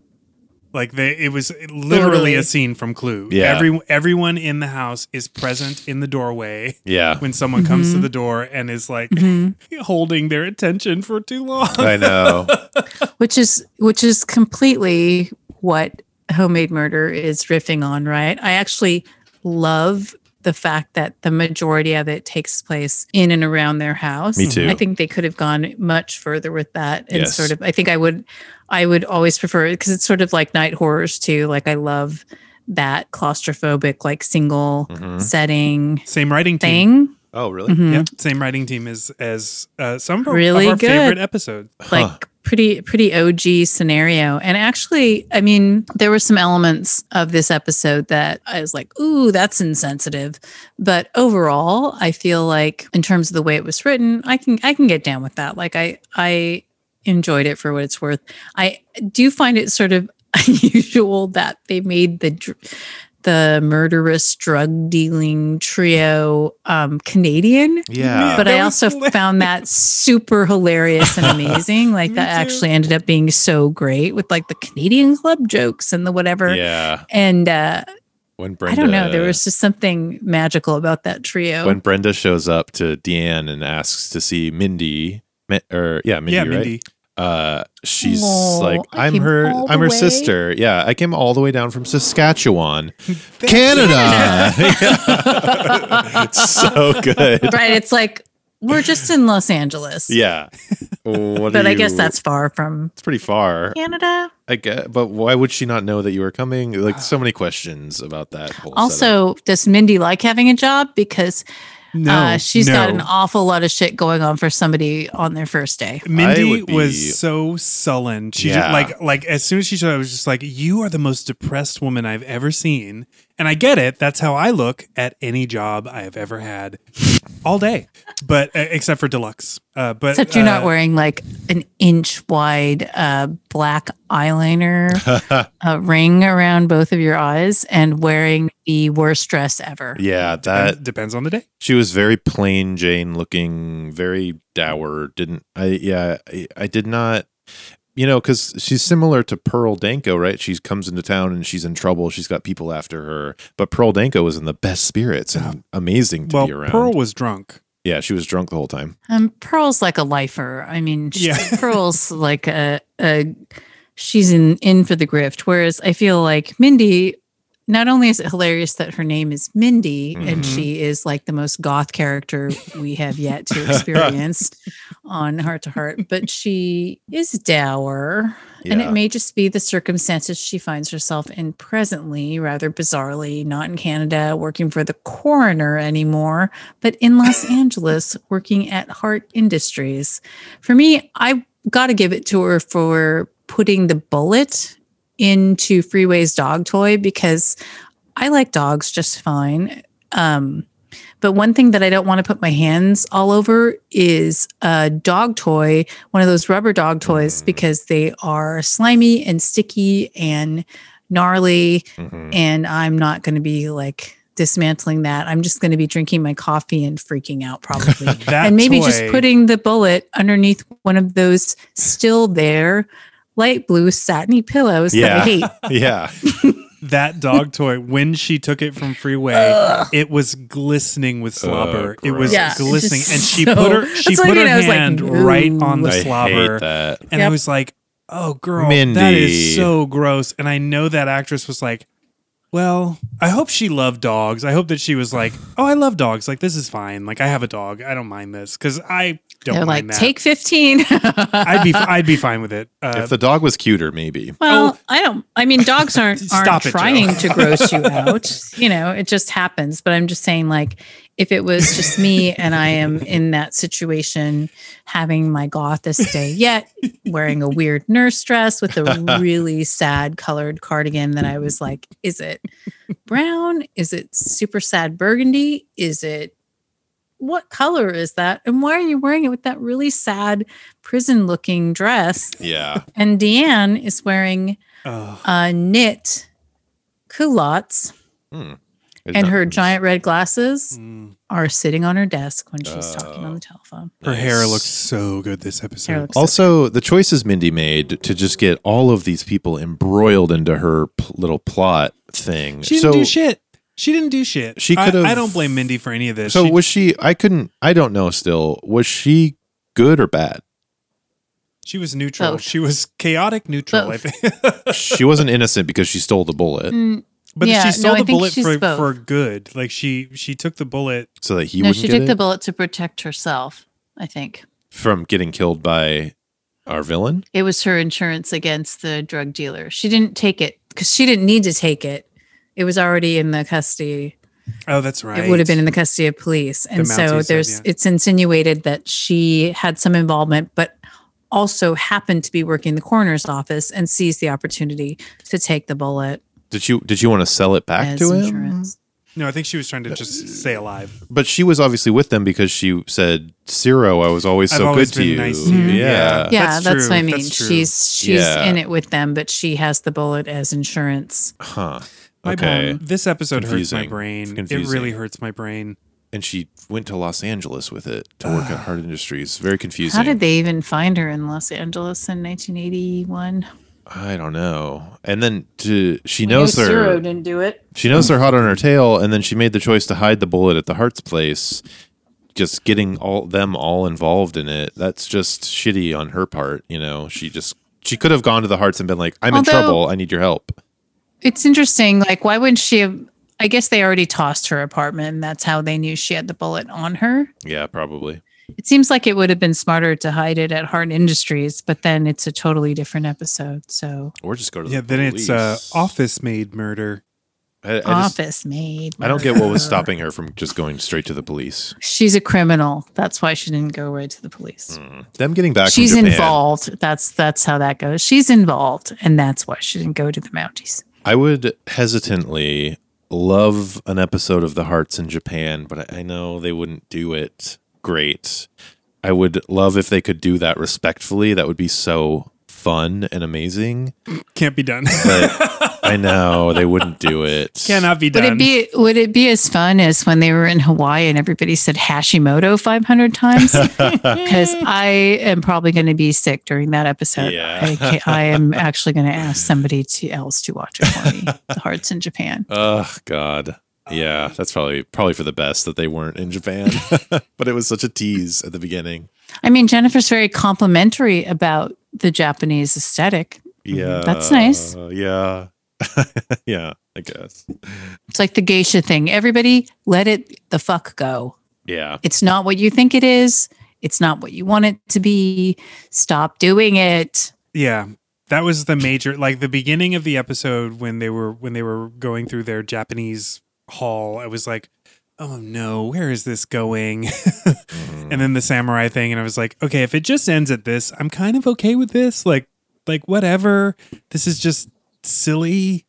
Speaker 1: Like they, it was
Speaker 3: Oh,
Speaker 1: literally a
Speaker 3: Totally.
Speaker 1: scene from Clue.
Speaker 2: Yeah.
Speaker 1: Every, everyone in the house is present in the doorway
Speaker 2: Yeah.
Speaker 1: when someone comes to
Speaker 3: Mm-hmm.
Speaker 1: the door and is like holding their attention for too long.
Speaker 2: I know.
Speaker 3: which is which is completely what homemade murder is riffing on right i actually love the fact that the majority of it takes place in and around their house
Speaker 2: Me too.
Speaker 3: i think they could have gone much further with that and
Speaker 2: Yes.
Speaker 3: sort of i think i would i would always prefer it because it's sort of like night horrors too like i love that claustrophobic like single
Speaker 2: Mhm.
Speaker 3: setting
Speaker 1: Same writing team.
Speaker 3: thing
Speaker 2: Oh, really?
Speaker 3: Mhm.
Speaker 1: Yep, same writing team as as uh, some of our,
Speaker 3: Really
Speaker 1: of our
Speaker 3: good.
Speaker 1: favorite episodes.
Speaker 2: Huh.
Speaker 3: like pretty pretty OG scenario. And actually, I mean, there were some elements of this episode that I was like, "Ooh, that's insensitive." But overall, I feel like in terms of the way it was written, I can I can get down with that. Like I I enjoyed it for what it's worth. I do find it sort of unusual that they made the dr- the murderous drug dealing trio um, Canadian.
Speaker 2: Yeah.
Speaker 3: But
Speaker 1: That
Speaker 3: I
Speaker 1: was
Speaker 3: also
Speaker 1: hilarious.
Speaker 3: found that super hilarious and amazing. Like
Speaker 1: Me
Speaker 3: that
Speaker 1: too.
Speaker 3: actually ended up being so great with like the Canadian club jokes and the whatever.
Speaker 2: yeah.
Speaker 3: And uh,
Speaker 2: When
Speaker 3: I
Speaker 2: Brenda
Speaker 3: don't know, there was just something magical about that trio.
Speaker 2: when Brenda shows up to Deanne and asks to see Mindy, Mi- or yeah, Mindy,
Speaker 1: yeah,
Speaker 2: right?
Speaker 1: Mindy.
Speaker 2: Uh, she's
Speaker 3: Aw,
Speaker 2: like,
Speaker 3: I
Speaker 2: I'm
Speaker 3: came
Speaker 2: her,
Speaker 3: all the
Speaker 2: I'm her
Speaker 3: way."
Speaker 2: sister. Yeah, I came all the way down from Saskatchewan, Canada. it's so good.
Speaker 3: right? It's like we're just in Los Angeles.
Speaker 2: Yeah. What
Speaker 3: But
Speaker 2: are
Speaker 3: I guess
Speaker 2: you-
Speaker 3: that's far from
Speaker 2: it's pretty far.
Speaker 3: Canada.
Speaker 2: I guess, but why would she not know that you were coming? Like so many questions about that. Whole setup.
Speaker 3: Also, does Mindy like having a job? Because
Speaker 1: No,
Speaker 3: uh, she's
Speaker 1: no.
Speaker 3: got an awful lot of shit going on for somebody on their first day.
Speaker 1: Mindy
Speaker 2: would be-
Speaker 1: was so sullen. She
Speaker 2: Yeah.
Speaker 1: just, like like as soon as she showed, up, I was just like, "You are the most depressed woman I've ever seen," and I get it. That's how I look at any job I have ever had, all day, but uh, except for deluxe. Uh, but
Speaker 3: Except you're not
Speaker 1: uh,
Speaker 3: wearing like an inch wide uh, black eyeliner, a ring around both of your eyes, and wearing the worst dress ever.
Speaker 2: yeah, that
Speaker 1: depends, depends on the day.
Speaker 2: She was very plain Jane looking, very dour. Didn't I? Yeah, I, I did not. You know, because she's similar to Pearl Danko, right? She comes into town and she's in trouble. She's got people after her, but Pearl Danko was in the best spirits and amazing to
Speaker 1: Well,
Speaker 2: be around.
Speaker 1: Pearl was drunk.
Speaker 2: yeah, she was drunk the whole time.
Speaker 3: Um, Pearl's like a lifer. I mean, she,
Speaker 1: Yeah.
Speaker 3: Pearl's like a, a she's in in for the grift. Whereas I feel like Mindy. Not only is it hilarious that her name is Mindy and
Speaker 1: Mhm.
Speaker 3: she is like the most goth character we have yet to experience on Heart to Heart, but she is dour. And it
Speaker 2: Yeah.
Speaker 3: may just be the circumstances she finds herself in presently, rather bizarrely, not in Canada working for the coroner anymore, but in Los Angeles working at Heart Industries. For me, I got to give it to her for putting the bullet into Freeway's dog toy because I like dogs just fine. Um, but one thing that I don't want to put my hands all over is a dog toy, one of those rubber dog toys,
Speaker 2: Mhm.
Speaker 3: because they are slimy and sticky and gnarly.
Speaker 2: Mhm.
Speaker 3: And I'm not going to be like dismantling that. I'm just going to be drinking my coffee and freaking out probably.
Speaker 1: That
Speaker 3: and maybe just
Speaker 1: toy-
Speaker 3: putting the bullet underneath one of those still there light blue satiny pillows that
Speaker 2: Yeah.
Speaker 3: I hate.
Speaker 2: yeah,
Speaker 1: that dog toy when she took it from freeway.
Speaker 3: Ugh.
Speaker 1: It was glistening with slobber. it was
Speaker 2: gross. Yeah, it's
Speaker 1: glistening,
Speaker 3: just
Speaker 1: and she
Speaker 3: so-
Speaker 1: put her she
Speaker 3: That's what I
Speaker 1: put her
Speaker 3: mean, I was like,
Speaker 1: hand right on the
Speaker 2: I
Speaker 1: slobber.
Speaker 2: hate that.
Speaker 1: And I
Speaker 3: Yep.
Speaker 1: was like, oh, girl, that
Speaker 2: Mindy.
Speaker 1: is so gross. And I know that actress was like, well, I hope she loved dogs. I hope that she was like, oh, I love dogs. Like, this is fine. Like, I have a dog. I don't mind this because I don't
Speaker 3: They're
Speaker 1: mind
Speaker 3: like,
Speaker 1: that.
Speaker 3: take 15.
Speaker 1: I'd be, I'd be fine with it. Uh,
Speaker 2: If the dog was cuter, maybe.
Speaker 3: Well, I don't. I mean, dogs aren't aren't
Speaker 1: Oh. Stop it, Joe.
Speaker 3: trying to gross you out. You know, it just happens. But I'm just saying, like, if it was just me and I am in that situation, having my goth this day yet, wearing a weird nurse dress with a really sad colored cardigan, then I was like, is it brown? Is it super sad burgundy? Is it what color is that? And why are you wearing it with that really sad prison looking dress?
Speaker 2: Yeah,
Speaker 3: And Deanne is wearing
Speaker 1: oh,
Speaker 3: uh, knit culottes,
Speaker 2: Hmm.
Speaker 3: and her giant red glasses
Speaker 1: mm.
Speaker 3: are sitting on her desk when she's talking on
Speaker 2: Oh.
Speaker 3: the telephone.
Speaker 1: her hair
Speaker 2: Nice.
Speaker 1: looks so good this episode.
Speaker 3: Hair looks
Speaker 2: Also, the choices Mindy made to just get all of these people embroiled into her p- little plot thing.
Speaker 1: she
Speaker 2: so,
Speaker 1: didn't do shit. She didn't do shit.
Speaker 2: She
Speaker 1: I-
Speaker 2: could've-
Speaker 1: I, don't blame Mindy for any of this.
Speaker 2: so
Speaker 1: she,
Speaker 2: was she? I couldn't. I don't know. Still, was she good or bad?
Speaker 1: she was neutral.
Speaker 3: Both.
Speaker 1: She was chaotic neutral,
Speaker 3: Both.
Speaker 1: I think.
Speaker 2: she wasn't innocent because she stole the bullet,
Speaker 3: Mm,
Speaker 1: but
Speaker 3: Yeah,
Speaker 1: she
Speaker 3: no,
Speaker 1: stole
Speaker 3: I
Speaker 1: the
Speaker 3: think
Speaker 1: bullet
Speaker 3: she's
Speaker 1: for,
Speaker 3: both.
Speaker 1: for good. Like she she took the bullet
Speaker 2: so that he
Speaker 3: no,
Speaker 2: wouldn't
Speaker 3: she
Speaker 2: get
Speaker 3: took
Speaker 2: it
Speaker 3: the bullet to protect herself. I think
Speaker 2: from getting killed by our villain.
Speaker 3: it was her insurance against the drug dealer. She didn't take it because she didn't need to take it. It was already in the custody.
Speaker 1: Oh, that's right.
Speaker 3: It would have been in the custody of police. And so
Speaker 1: Maltese said,
Speaker 3: there's
Speaker 1: yeah.
Speaker 3: it's insinuated that she had some involvement, but also happened to be working the coroner's office and seized the opportunity to take the bullet
Speaker 2: Did you? Did you want to sell it back
Speaker 3: as
Speaker 2: to him?
Speaker 3: insurance.
Speaker 1: No, I think she was trying to just stay alive.
Speaker 2: But she was obviously with them because she said, "Ciro, I was always
Speaker 1: I've
Speaker 2: so
Speaker 1: always
Speaker 2: good
Speaker 1: been
Speaker 2: to you."
Speaker 1: nice to you.
Speaker 2: Yeah.
Speaker 1: Yeah.
Speaker 3: Yeah,
Speaker 1: That's
Speaker 3: that's, what I
Speaker 1: true.
Speaker 3: mean.
Speaker 1: That's true.
Speaker 3: She's she's
Speaker 2: Yeah.
Speaker 3: in it with them, but she has the bullet as insurance.
Speaker 2: Huh.
Speaker 1: My
Speaker 2: Okay.
Speaker 1: bone. This episode hurts my
Speaker 2: Confusing.
Speaker 1: brain. It
Speaker 2: Confusing.
Speaker 1: really hurts my brain.
Speaker 2: And she went to Los Angeles with it to work at Heart Industries. Very confusing.
Speaker 3: Ah. How did they even find her in Los Angeles in 1981?
Speaker 2: I don't know. And then to she
Speaker 4: No,
Speaker 2: knows
Speaker 4: Zero
Speaker 2: her
Speaker 4: didn't do it.
Speaker 2: she knows they're hot on her tail, and then she made the choice to hide the bullet at the Heart's place. Just getting all them all involved in it. That's just shitty on her part. You know, she just she could have gone to the Hearts and been like, "I'm
Speaker 3: Although-
Speaker 2: in trouble. I need your help."
Speaker 3: It's interesting. Like, why wouldn't she have? I guess they already tossed her apartment, and that's how they knew she had the bullet on her.
Speaker 2: Yeah, probably.
Speaker 3: It seems like it would have been smarter to hide it at Hard Industries, but then it's a totally different episode. So,
Speaker 2: Or just go to
Speaker 1: Yeah,
Speaker 2: The
Speaker 1: then it's uh,
Speaker 2: police.
Speaker 1: office maid murder.
Speaker 2: I, I just-
Speaker 3: office maid.
Speaker 2: I don't get what was
Speaker 3: murder.
Speaker 2: stopping her from just going straight to the police.
Speaker 3: She's a criminal. That's why she didn't go right to the police.
Speaker 2: Hmm. Them getting back.
Speaker 3: She's
Speaker 2: from Japan,
Speaker 3: involved. That's that's how that goes. She's involved, and that's why she didn't go to the Mounties.
Speaker 2: I would hesitantly love an episode of The Hearts in Japan, but I I know they wouldn't do it great. I would love if they could do that respectfully. That would be so fun and amazing.
Speaker 1: Can't be done.
Speaker 2: But I know they wouldn't do it.
Speaker 1: Cannot be
Speaker 3: Would
Speaker 1: done.
Speaker 3: it be would it be as fun as when they were in Hawaii and everybody said Hashimoto five hundred times? Because I am probably going to be sick during that episode.
Speaker 2: Yeah.
Speaker 3: I, ca- I am actually going to ask somebody to, else to watch it for me. the Hearts in Japan.
Speaker 2: Oh God. Yeah, that's probably probably for the best that they weren't in Japan. but it was such a tease at the beginning.
Speaker 3: I mean, Jennifer's very complimentary about the Japanese aesthetic.
Speaker 2: Yeah.
Speaker 3: Mm-hmm. That's nice.
Speaker 2: Yeah. yeah, I guess.
Speaker 3: It's like the geisha thing. Everybody, let it the fuck go.
Speaker 2: Yeah.
Speaker 3: It's not what you think it is. It's not what you want it to be. Stop doing it.
Speaker 1: yeah that was the major like the beginning of the episode when they were when they were going through their japanese hall i was like oh no where is this going
Speaker 2: Mhm.
Speaker 1: and then the samurai thing and i was like okay if it just ends at this i'm kind of okay with this like like whatever this is just silly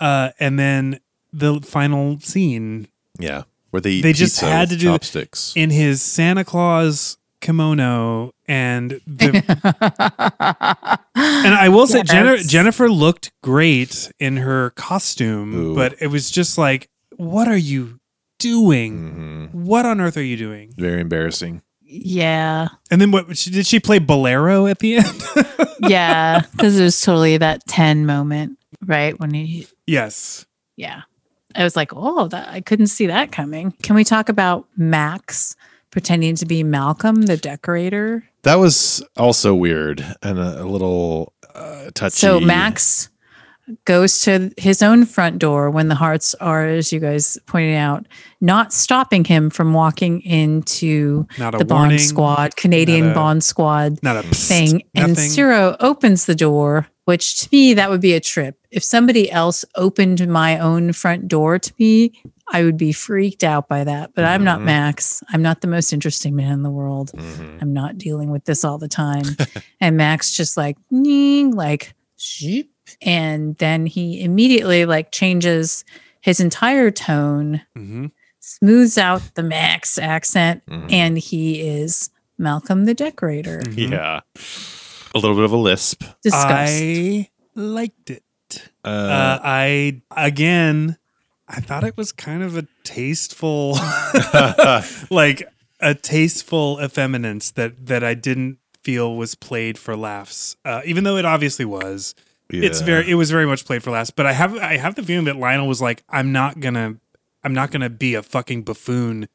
Speaker 1: uh and then the final scene
Speaker 2: Yeah, where they eat
Speaker 1: They just
Speaker 2: pizza
Speaker 1: had
Speaker 2: with
Speaker 1: to do-
Speaker 2: chopsticks.
Speaker 1: in his santa claus kimono and the And I will say, Jenna,
Speaker 3: Yes.
Speaker 1: Jennifer looked great in her costume,
Speaker 2: Ooh.
Speaker 1: but it was just like, what are you doing?
Speaker 2: Mhm.
Speaker 1: What on earth are you doing?
Speaker 2: Very embarrassing.
Speaker 3: yeah.
Speaker 1: And then what? She, did she play bolero at the end?
Speaker 3: Yeah. Because it was totally that 10 moment, right? When he,
Speaker 1: yes.
Speaker 3: yeah. I was like, oh, that, I couldn't see that coming. Can we talk about Max pretending to be Malcolm, the decorator?
Speaker 2: That was also weird and a, a little uh, touchy.
Speaker 3: So Max goes to his own front door when the hearts are, as you guys pointed out, not stopping him from walking into
Speaker 1: Not a
Speaker 3: the
Speaker 1: warning.
Speaker 3: Bond Squad, Canadian
Speaker 1: not a-
Speaker 3: Bond Squad
Speaker 1: Not a psst,
Speaker 3: thing. And
Speaker 1: nothing.
Speaker 3: Ciro opens the door, which to me, that would be a trip. If somebody else opened my own front door to me, I would be freaked out by that. But I'm not
Speaker 1: Mm-hmm.
Speaker 2: Mhm.
Speaker 3: Max. I'm not the most interesting man in the world.
Speaker 1: Mm.
Speaker 2: Mhm.
Speaker 3: I'm not dealing with this all the time. and Max just like, "Nying," like, "Sheep." and then he immediately like changes his entire tone,
Speaker 1: Mhm.
Speaker 3: smooths out the Max accent,
Speaker 2: Mhm.
Speaker 3: and he is Malcolm the Decorator.
Speaker 1: Mhm.
Speaker 2: yeah, a little bit of a lisp.
Speaker 3: Disgust.
Speaker 1: I liked it.
Speaker 2: Uh,
Speaker 1: Uh, I, again, I thought it was kind of a tasteful. Uh, like a tasteful effeminence that that I didn't feel was played for laughs. Uh, even though it obviously was, it's
Speaker 2: yeah.
Speaker 1: very it was very much played for laughs. But I have I have the feeling that Lionel was like, I'm not gonna I'm not gonna be a fucking buffoon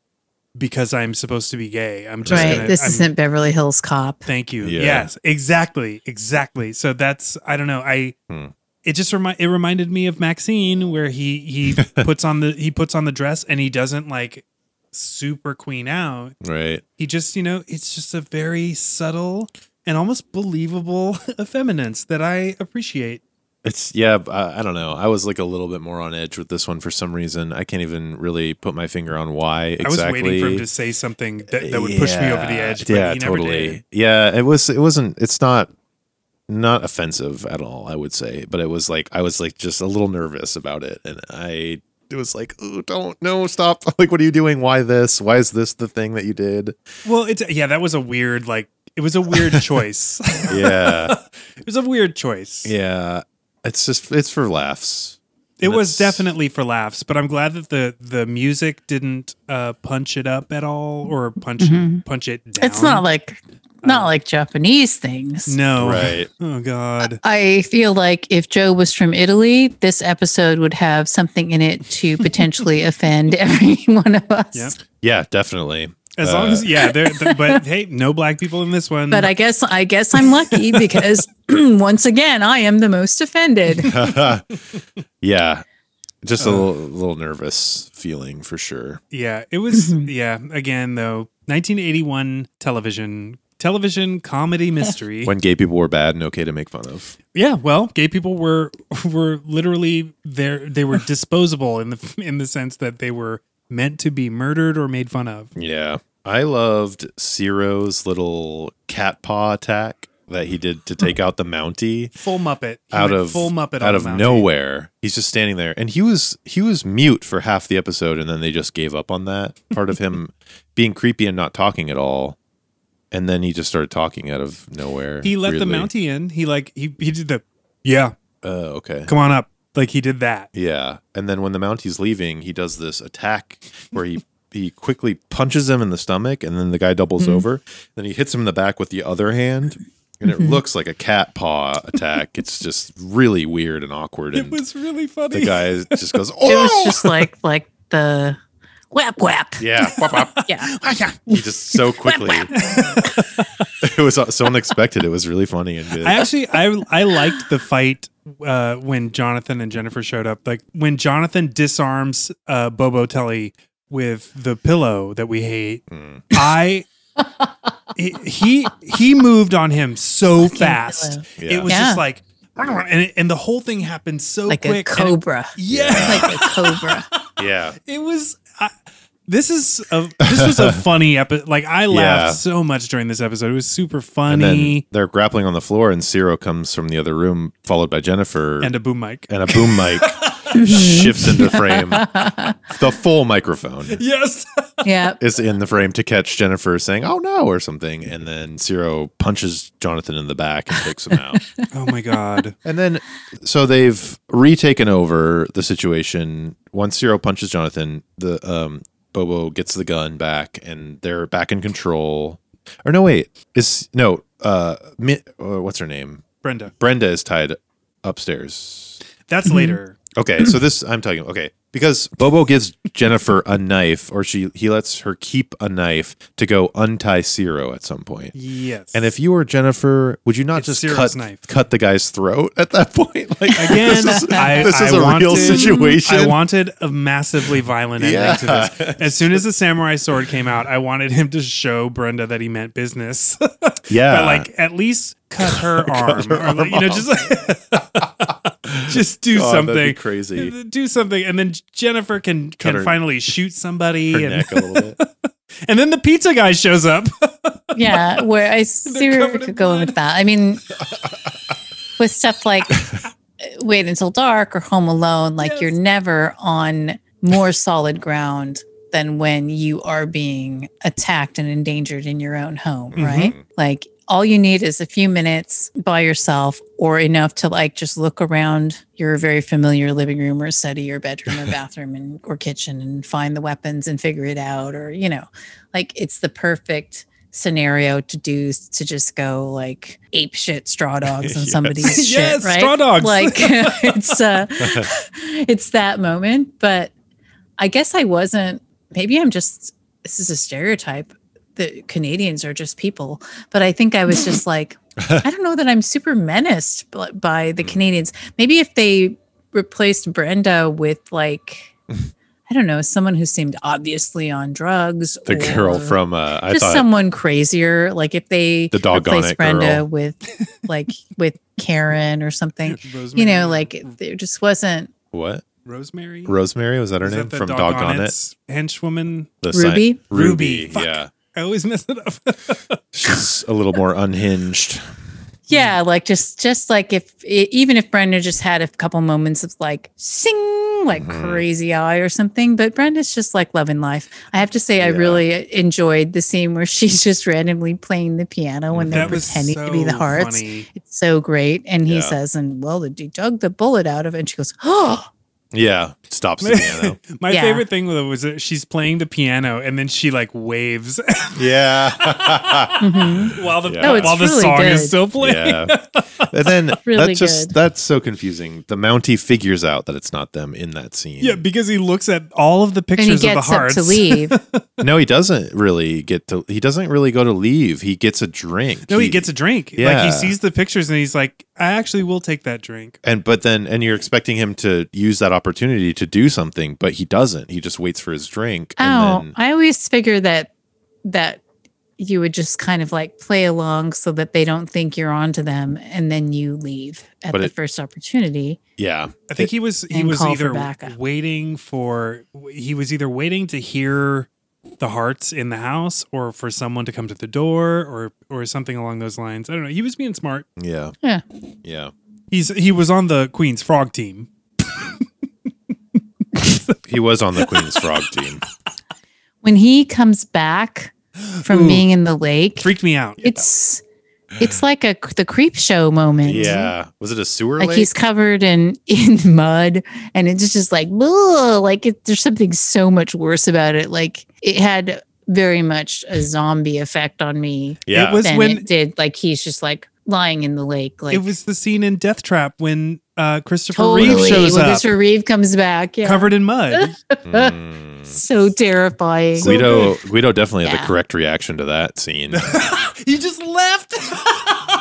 Speaker 1: because I'm supposed to be gay. I'm just
Speaker 3: right.
Speaker 1: gonna,
Speaker 3: this
Speaker 1: I'm-
Speaker 3: isn't Beverly Hills Cop.
Speaker 1: Thank you.
Speaker 2: Yeah.
Speaker 1: Yes, exactly, exactly. So that's I don't know. I
Speaker 2: Hmm.
Speaker 1: it just remi- it reminded me of Maxine where he he puts on the he puts on the dress and he doesn't like super queen out
Speaker 2: right.
Speaker 1: he just you know it's just a very subtle and almost believable effeminence that i appreciate
Speaker 2: It's yeah. b- I, I don't know. I was like a little bit more on edge with this one for some reason. I can't even really put my finger on why exactly.
Speaker 1: i was waiting for him to say something that, that would push me over the
Speaker 2: Yeah.
Speaker 1: edge but
Speaker 2: Yeah,
Speaker 1: he never
Speaker 2: totally.
Speaker 1: did.
Speaker 2: Yeah, it was. It wasn't. It's not not offensive at all. I would say, but it was like I was like just a little nervous about it, and I it was like, oh, don't no, stop! Like, what are you doing? Why this? Why is this the thing that you did?
Speaker 1: well it's yeah that was a weird like it was a weird choice
Speaker 2: Yeah,
Speaker 1: it was a weird choice
Speaker 2: yeah. It's just it's for laughs.
Speaker 1: It was
Speaker 2: That's-
Speaker 1: definitely for laughs, but I'm glad that the the music didn't uh, punch it up at all or punch punch it down.
Speaker 3: Mm-hmm.
Speaker 1: Uh,
Speaker 3: It's not like not like Japanese things.
Speaker 1: no,
Speaker 2: Right.
Speaker 1: Oh God,
Speaker 3: I feel like if Joe was from Italy, this episode would have something in it to potentially offend every one of us.
Speaker 1: Yep.
Speaker 2: Yeah, definitely.
Speaker 1: as long
Speaker 2: Uh,
Speaker 1: as yeah, there. th- but hey, no black people in this one.
Speaker 3: But I guess I guess I'm lucky because once again I am the most offended.
Speaker 2: yeah, just
Speaker 1: Uh.
Speaker 2: a little, little nervous feeling for sure.
Speaker 1: yeah, it was
Speaker 3: Mhm.
Speaker 1: yeah. Again though, 1981 television television comedy mystery.
Speaker 2: When gay people were bad and okay to make fun of.
Speaker 1: Yeah, well, gay people were were literally there. They were disposable in the in the sense that they were meant to be murdered or made fun of.
Speaker 2: Yeah, I loved Ciro's little cat paw attack that he did to take out the Mountie.
Speaker 1: Full Muppet He
Speaker 2: out
Speaker 1: went
Speaker 2: of
Speaker 1: full Muppet
Speaker 2: out
Speaker 1: on
Speaker 2: of
Speaker 1: Mountie.
Speaker 2: nowhere. He's just standing there, and he was he was mute for half the episode, and then they just gave up on that part of him being creepy and not talking at all. And then he just started talking out of nowhere.
Speaker 1: He let the
Speaker 2: weirdly.
Speaker 1: Mountie in. He like he he did the yeah,
Speaker 2: Oh, okay.
Speaker 1: come on up. Like he did that.
Speaker 2: Yeah, and then when the Mountie's leaving, he does this attack where he he quickly punches him in the stomach, and then the guy doubles
Speaker 1: Mm-hmm.
Speaker 2: over. Then he hits him in the back with the other hand, and
Speaker 1: Mm-hmm.
Speaker 2: it looks like a cat paw attack. It's just really weird and awkward.
Speaker 1: It
Speaker 2: And
Speaker 1: was really
Speaker 2: the
Speaker 1: funny.
Speaker 2: guy just goes,
Speaker 3: It
Speaker 2: "Oh!"
Speaker 3: was just like like the whap whap.
Speaker 2: Yeah.
Speaker 3: Yeah.
Speaker 2: He just so quickly. it was so unexpected. It was really funny and good.
Speaker 1: I actually I I liked the fight uh, when Jonathan and Jennifer showed up. Like when Jonathan disarms uh, Bobo Telly with the pillow that we hate.
Speaker 2: Mm.
Speaker 1: I he- he he moved on him so fast.
Speaker 2: Yeah.
Speaker 1: It was
Speaker 3: Yeah.
Speaker 1: just like and it, and the whole thing happened so
Speaker 3: Like a
Speaker 1: quick. and it-
Speaker 3: cobra.
Speaker 1: yeah,
Speaker 3: Like a cobra.
Speaker 2: Yeah.
Speaker 1: it was. I, this is a this was a funny episode. Like I laughed
Speaker 2: Yeah.
Speaker 1: so much during this episode. It was super
Speaker 2: And then
Speaker 1: funny
Speaker 2: they're grappling on the floor, and Ciro comes from the other room, followed by Jennifer
Speaker 1: and, a boom mic.
Speaker 2: and a boom mic shifts into frame. the full microphone
Speaker 1: yes,
Speaker 3: yeah.
Speaker 2: is in the frame to catch Jennifer saying, oh no, or something. And then Ciro punches Jonathan in the back and takes him out.
Speaker 1: Oh my god.
Speaker 2: And then, so they've retaken over the situation. Once Ciro punches Jonathan, the um, Bobo gets the gun back, and they're back in control. Or no, wait, is no, uh, Mi- uh, what's her name?
Speaker 1: Brenda.
Speaker 2: Brenda is tied upstairs.
Speaker 1: That's later.
Speaker 2: Okay, so this I'm talking. Okay, because Bobo gives Jennifer a knife, or she he lets her keep a knife to go untie Ciro at some point.
Speaker 1: Yes.
Speaker 2: And if you were Jennifer, would you not
Speaker 1: It's
Speaker 2: just
Speaker 1: Ciro's
Speaker 2: cut
Speaker 1: knife.
Speaker 2: cut the guy's throat at that point? Like
Speaker 1: Again,
Speaker 2: this is,
Speaker 1: I-
Speaker 2: this
Speaker 1: I
Speaker 2: is a real
Speaker 1: wanted-
Speaker 2: situation.
Speaker 1: I wanted a massively violent ending to
Speaker 2: Yeah.
Speaker 1: this. As soon as the samurai sword came out, I wanted him to show Brenda that he meant business.
Speaker 2: yeah,
Speaker 1: but like at least cut her arm, or like, you know, just just do
Speaker 2: God,
Speaker 1: something
Speaker 2: Oh, that'd be crazy.
Speaker 1: Do something, and then Jennifer can can
Speaker 2: her-
Speaker 1: finally shoot somebody,
Speaker 2: her
Speaker 1: and,
Speaker 2: neck a little bit.
Speaker 1: and then the pizza guy shows up.
Speaker 3: Yeah. Where I
Speaker 1: covered
Speaker 3: seriously
Speaker 1: in
Speaker 3: could go in
Speaker 1: blood.
Speaker 3: with that. I mean with stuff like uh, Wait Until Dark or Home Alone, like
Speaker 1: Yes.
Speaker 3: you're never on more solid ground than when you are being attacked and endangered in your own home,
Speaker 1: Mhm.
Speaker 3: right? Like all you need is a few minutes by yourself or enough to like just look around your very familiar living room or study or bedroom or bathroom and or kitchen and find the weapons and figure it out or you know, like it's the perfect scenario to do to just go like ape shit straw dogs on
Speaker 2: Yes.
Speaker 3: somebody's shit,
Speaker 1: Yes,
Speaker 3: right?
Speaker 1: straw dogs.
Speaker 3: Like it's uh it's that moment, but I guess I wasn't maybe I'm just this is a stereotype that Canadians are just people, but I think I was just like I don't know that I'm super menaced b- by
Speaker 2: Mm.
Speaker 3: the Canadians. Maybe if they replaced Brenda with like I don't know, someone who seemed obviously on drugs.
Speaker 2: The girl
Speaker 3: or-
Speaker 2: from uh, I
Speaker 3: just
Speaker 2: thought
Speaker 3: someone crazier. Like if they
Speaker 2: The doggone
Speaker 3: replace
Speaker 2: it
Speaker 3: Brenda
Speaker 2: girl.
Speaker 3: with like with Karen or something,
Speaker 1: Rosemary,
Speaker 3: you know, like it, there just wasn't
Speaker 2: what
Speaker 1: Rosemary.
Speaker 2: Rosemary was that her
Speaker 1: Is
Speaker 2: name
Speaker 1: that the
Speaker 2: from
Speaker 1: Doggone
Speaker 2: Doggone It?
Speaker 1: It's henchwoman.
Speaker 2: The sci-
Speaker 3: Ruby.
Speaker 1: Ruby,
Speaker 2: Ruby,
Speaker 1: fuck.
Speaker 2: yeah,
Speaker 1: I always mess it up.
Speaker 2: she's a little more unhinged.
Speaker 1: Mm-hmm.
Speaker 3: Yeah, like just just like if e- even if Brenda just had a couple moments of like sing like
Speaker 2: Mhm.
Speaker 1: Mm-hmm.
Speaker 3: crazy eye or something, but Brenda's just like loving life. I have to say, I
Speaker 2: Yeah.
Speaker 3: really uh, enjoyed the scene where she's just randomly playing the piano when they're
Speaker 1: that was
Speaker 3: pretending
Speaker 1: so
Speaker 3: to be the hearts.
Speaker 1: funny.
Speaker 3: It's so great. And he
Speaker 2: Yeah.
Speaker 3: says, and well, he dug the bullet out of it. And she goes, oh,
Speaker 2: Yeah, stops the piano.
Speaker 1: My
Speaker 3: Yeah.
Speaker 1: favorite thing though was that she's playing the piano and then she like waves
Speaker 2: yeah,
Speaker 3: Mhm.
Speaker 1: while the
Speaker 2: Yeah. Oh, it's
Speaker 1: while the
Speaker 3: really
Speaker 1: song
Speaker 3: good.
Speaker 1: is still playing.
Speaker 2: yeah. And then
Speaker 3: Really
Speaker 2: that's just
Speaker 3: good.
Speaker 2: that's so confusing. The Mountie figures out that it's not them in that scene.
Speaker 1: Yeah, because he looks at all of the
Speaker 3: And he
Speaker 1: pictures of the
Speaker 3: gets up
Speaker 1: hearts.
Speaker 3: to leave.
Speaker 2: No, he doesn't really get to. He doesn't really go to leave. He gets a drink.
Speaker 1: No, he gets a drink. Like
Speaker 2: Yeah.
Speaker 1: he sees the pictures and he's like, I actually will take that drink.
Speaker 2: and but then and you're expecting him to use that opportunity to do something, but he doesn't. He just waits for his drink.
Speaker 3: oh,
Speaker 2: and then,
Speaker 3: I always figure that that you would just kind of like play along so that they don't think you're on to them, and then you leave at
Speaker 2: But
Speaker 3: the
Speaker 2: it-
Speaker 3: first opportunity.
Speaker 2: yeah,
Speaker 1: I think he was he
Speaker 3: And
Speaker 1: was
Speaker 3: call for
Speaker 1: either
Speaker 3: backup.
Speaker 1: waiting for he was either waiting to hear the hearts in the house or for someone to come to the door or or something along those lines. I don't know. He was being smart.
Speaker 2: yeah,
Speaker 3: Yeah.
Speaker 2: yeah.
Speaker 1: He's he was on the Queen's frog team.
Speaker 2: He was on the Queen's Frog team.
Speaker 3: When he comes back from
Speaker 1: Ooh.
Speaker 3: being in the lake,
Speaker 1: Freaked me out.
Speaker 3: it's it's like a the creep show moment.
Speaker 2: Yeah, was it a sewer
Speaker 3: Like
Speaker 2: lake?
Speaker 3: he's covered in in mud, and it's just like, "Ugh," like it, there's something so much worse about it. Like it had very much a zombie effect on me
Speaker 2: yeah,
Speaker 1: It was
Speaker 3: than
Speaker 1: when
Speaker 3: it did. Like he's just like lying in the lake. Like
Speaker 1: it was the scene in Death Trap when uh, Christopher
Speaker 3: totally.
Speaker 1: Reeve shows
Speaker 3: when
Speaker 1: up
Speaker 3: Mr. Reeve comes back, yeah,
Speaker 1: covered in mud.
Speaker 2: Mm.
Speaker 3: so terrifying.
Speaker 1: So-
Speaker 2: Guido Guido definitely had the
Speaker 3: Yeah.
Speaker 2: correct reaction to that scene.
Speaker 1: he just left.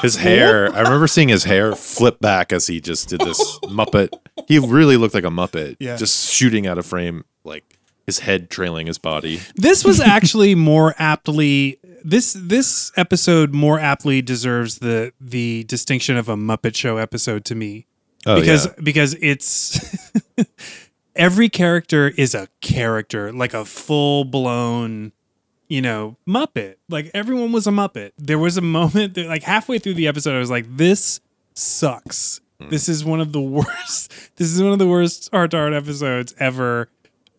Speaker 2: His hair, I remember seeing his hair flip back as he just did this Muppet. He really looked like a Muppet,
Speaker 1: Yeah.
Speaker 2: just shooting out of frame, like his head trailing his body.
Speaker 1: this was actually more aptly this this episode more aptly deserves the the distinction of a Muppet Show episode to me
Speaker 2: Oh,
Speaker 1: because because it's every character is a character like a full blown you know muppet like everyone was a muppet there was a moment that like halfway through the episode i was like this sucks this is one of the worst this is one of the worst art to art episodes ever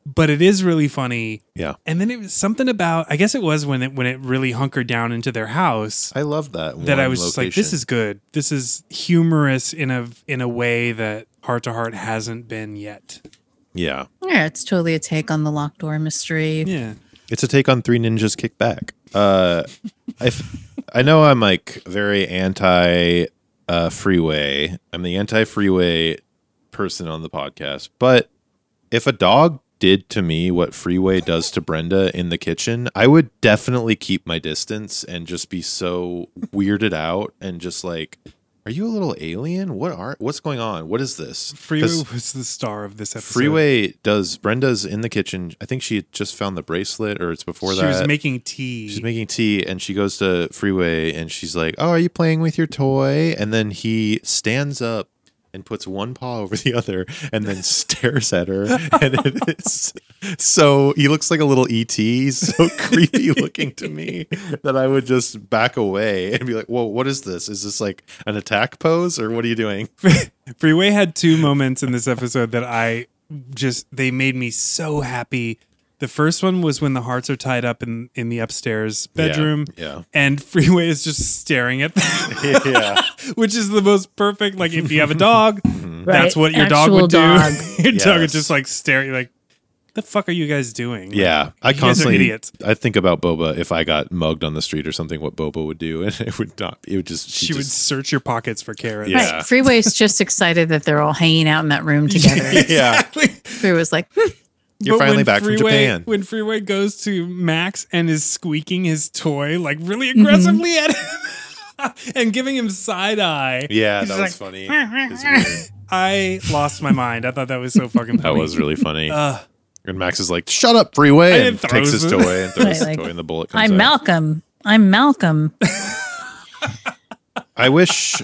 Speaker 1: but it is really funny
Speaker 2: yeah,
Speaker 1: and then it was something about i guess it was when it when it really hunkered down into their house
Speaker 2: I love that.
Speaker 1: that I was just like, this is good. This is humorous in a in a way that heart to heart hasn't been yet.
Speaker 2: yeah.
Speaker 3: yeah, it's totally a take on the locked door mystery.
Speaker 1: Yeah,
Speaker 2: It's a take on Three Ninjas Kick Back. Uh, if I know, I'm like very anti uh, freeway. I'm the anti freeway person on the podcast. But if a dog did to me what freeway does to Brenda in the kitchen, I would definitely keep my distance and just be so weirded out and just like, are you a little alien? What are what's going on? What is this? 'Cause-
Speaker 1: Freeway was the star of this episode.
Speaker 2: Freeway does Brenda's in the kitchen. I think she had just found the bracelet, or it's before
Speaker 1: she
Speaker 2: that.
Speaker 1: was making tea.
Speaker 2: She's making tea, and she goes to Freeway, and she's like, "Oh, are you playing with your toy?" And then he stands up and puts one paw over the other, and then stares at her. And it is so he looks like a little ET, He's so creepy looking to me that I would just back away and be like, "Whoa, what is this? Is this like an attack pose, or what are you doing?"
Speaker 1: Freeway had two moments in this episode that I just they made me so happy. The first one was when the hearts are tied up in in the upstairs bedroom.
Speaker 2: Yeah.
Speaker 1: And Freeway is just staring at them,
Speaker 2: Yeah. yeah.
Speaker 1: which is the most perfect. Like, if you have a dog, that's
Speaker 3: Right,
Speaker 1: what your dog
Speaker 3: actual
Speaker 1: would do.
Speaker 3: dog.
Speaker 1: your dog would
Speaker 2: Yes.
Speaker 1: just like stare at you like, the fuck are you guys doing?
Speaker 2: Yeah, I
Speaker 1: Like, you guys are
Speaker 2: constantly
Speaker 1: idiots.
Speaker 2: I think about Boba if I got mugged on the street or something, what Boba would do, and it would not. It would just
Speaker 1: She would
Speaker 2: just-
Speaker 1: search your pockets for carrots.
Speaker 2: Yeah.
Speaker 3: Right. Freeway's just excited that they're all hanging out in that room together.
Speaker 2: Yeah,
Speaker 3: Freeway's like, "Hmm,
Speaker 2: You're
Speaker 1: But
Speaker 2: finally
Speaker 1: when
Speaker 2: back from
Speaker 1: Freeway-
Speaker 2: Japan.
Speaker 1: When Freeway goes to Max and is squeaking his toy like really
Speaker 3: Mm-hmm.
Speaker 1: aggressively at him and giving him side eye.
Speaker 2: yeah,
Speaker 1: He's
Speaker 2: that
Speaker 1: just
Speaker 2: was
Speaker 1: like,
Speaker 2: funny. It was weird.
Speaker 1: I lost my mind. I thought that was so fucking
Speaker 2: That
Speaker 1: funny.
Speaker 2: was really funny.
Speaker 1: Uh,
Speaker 2: and Max is like, "Shut up, freeway!"
Speaker 1: And
Speaker 2: and
Speaker 1: throws
Speaker 2: takes his
Speaker 1: it.
Speaker 2: toy and
Speaker 3: Right,
Speaker 2: throws his
Speaker 3: like,
Speaker 2: toy, and the bullet comes
Speaker 3: I'm
Speaker 2: out.
Speaker 3: Malcolm. I'm Malcolm.
Speaker 2: I wish.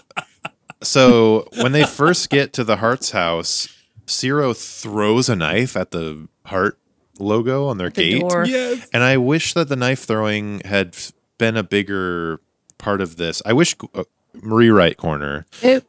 Speaker 2: So when they first get to the Heart's house, Ciro throws a knife at the Heart logo on their
Speaker 3: The
Speaker 2: gate.
Speaker 3: door.
Speaker 1: yes.
Speaker 2: And I wish that the knife throwing had f- been a bigger part of this. I wish uh, Marie Wright corner.
Speaker 3: It-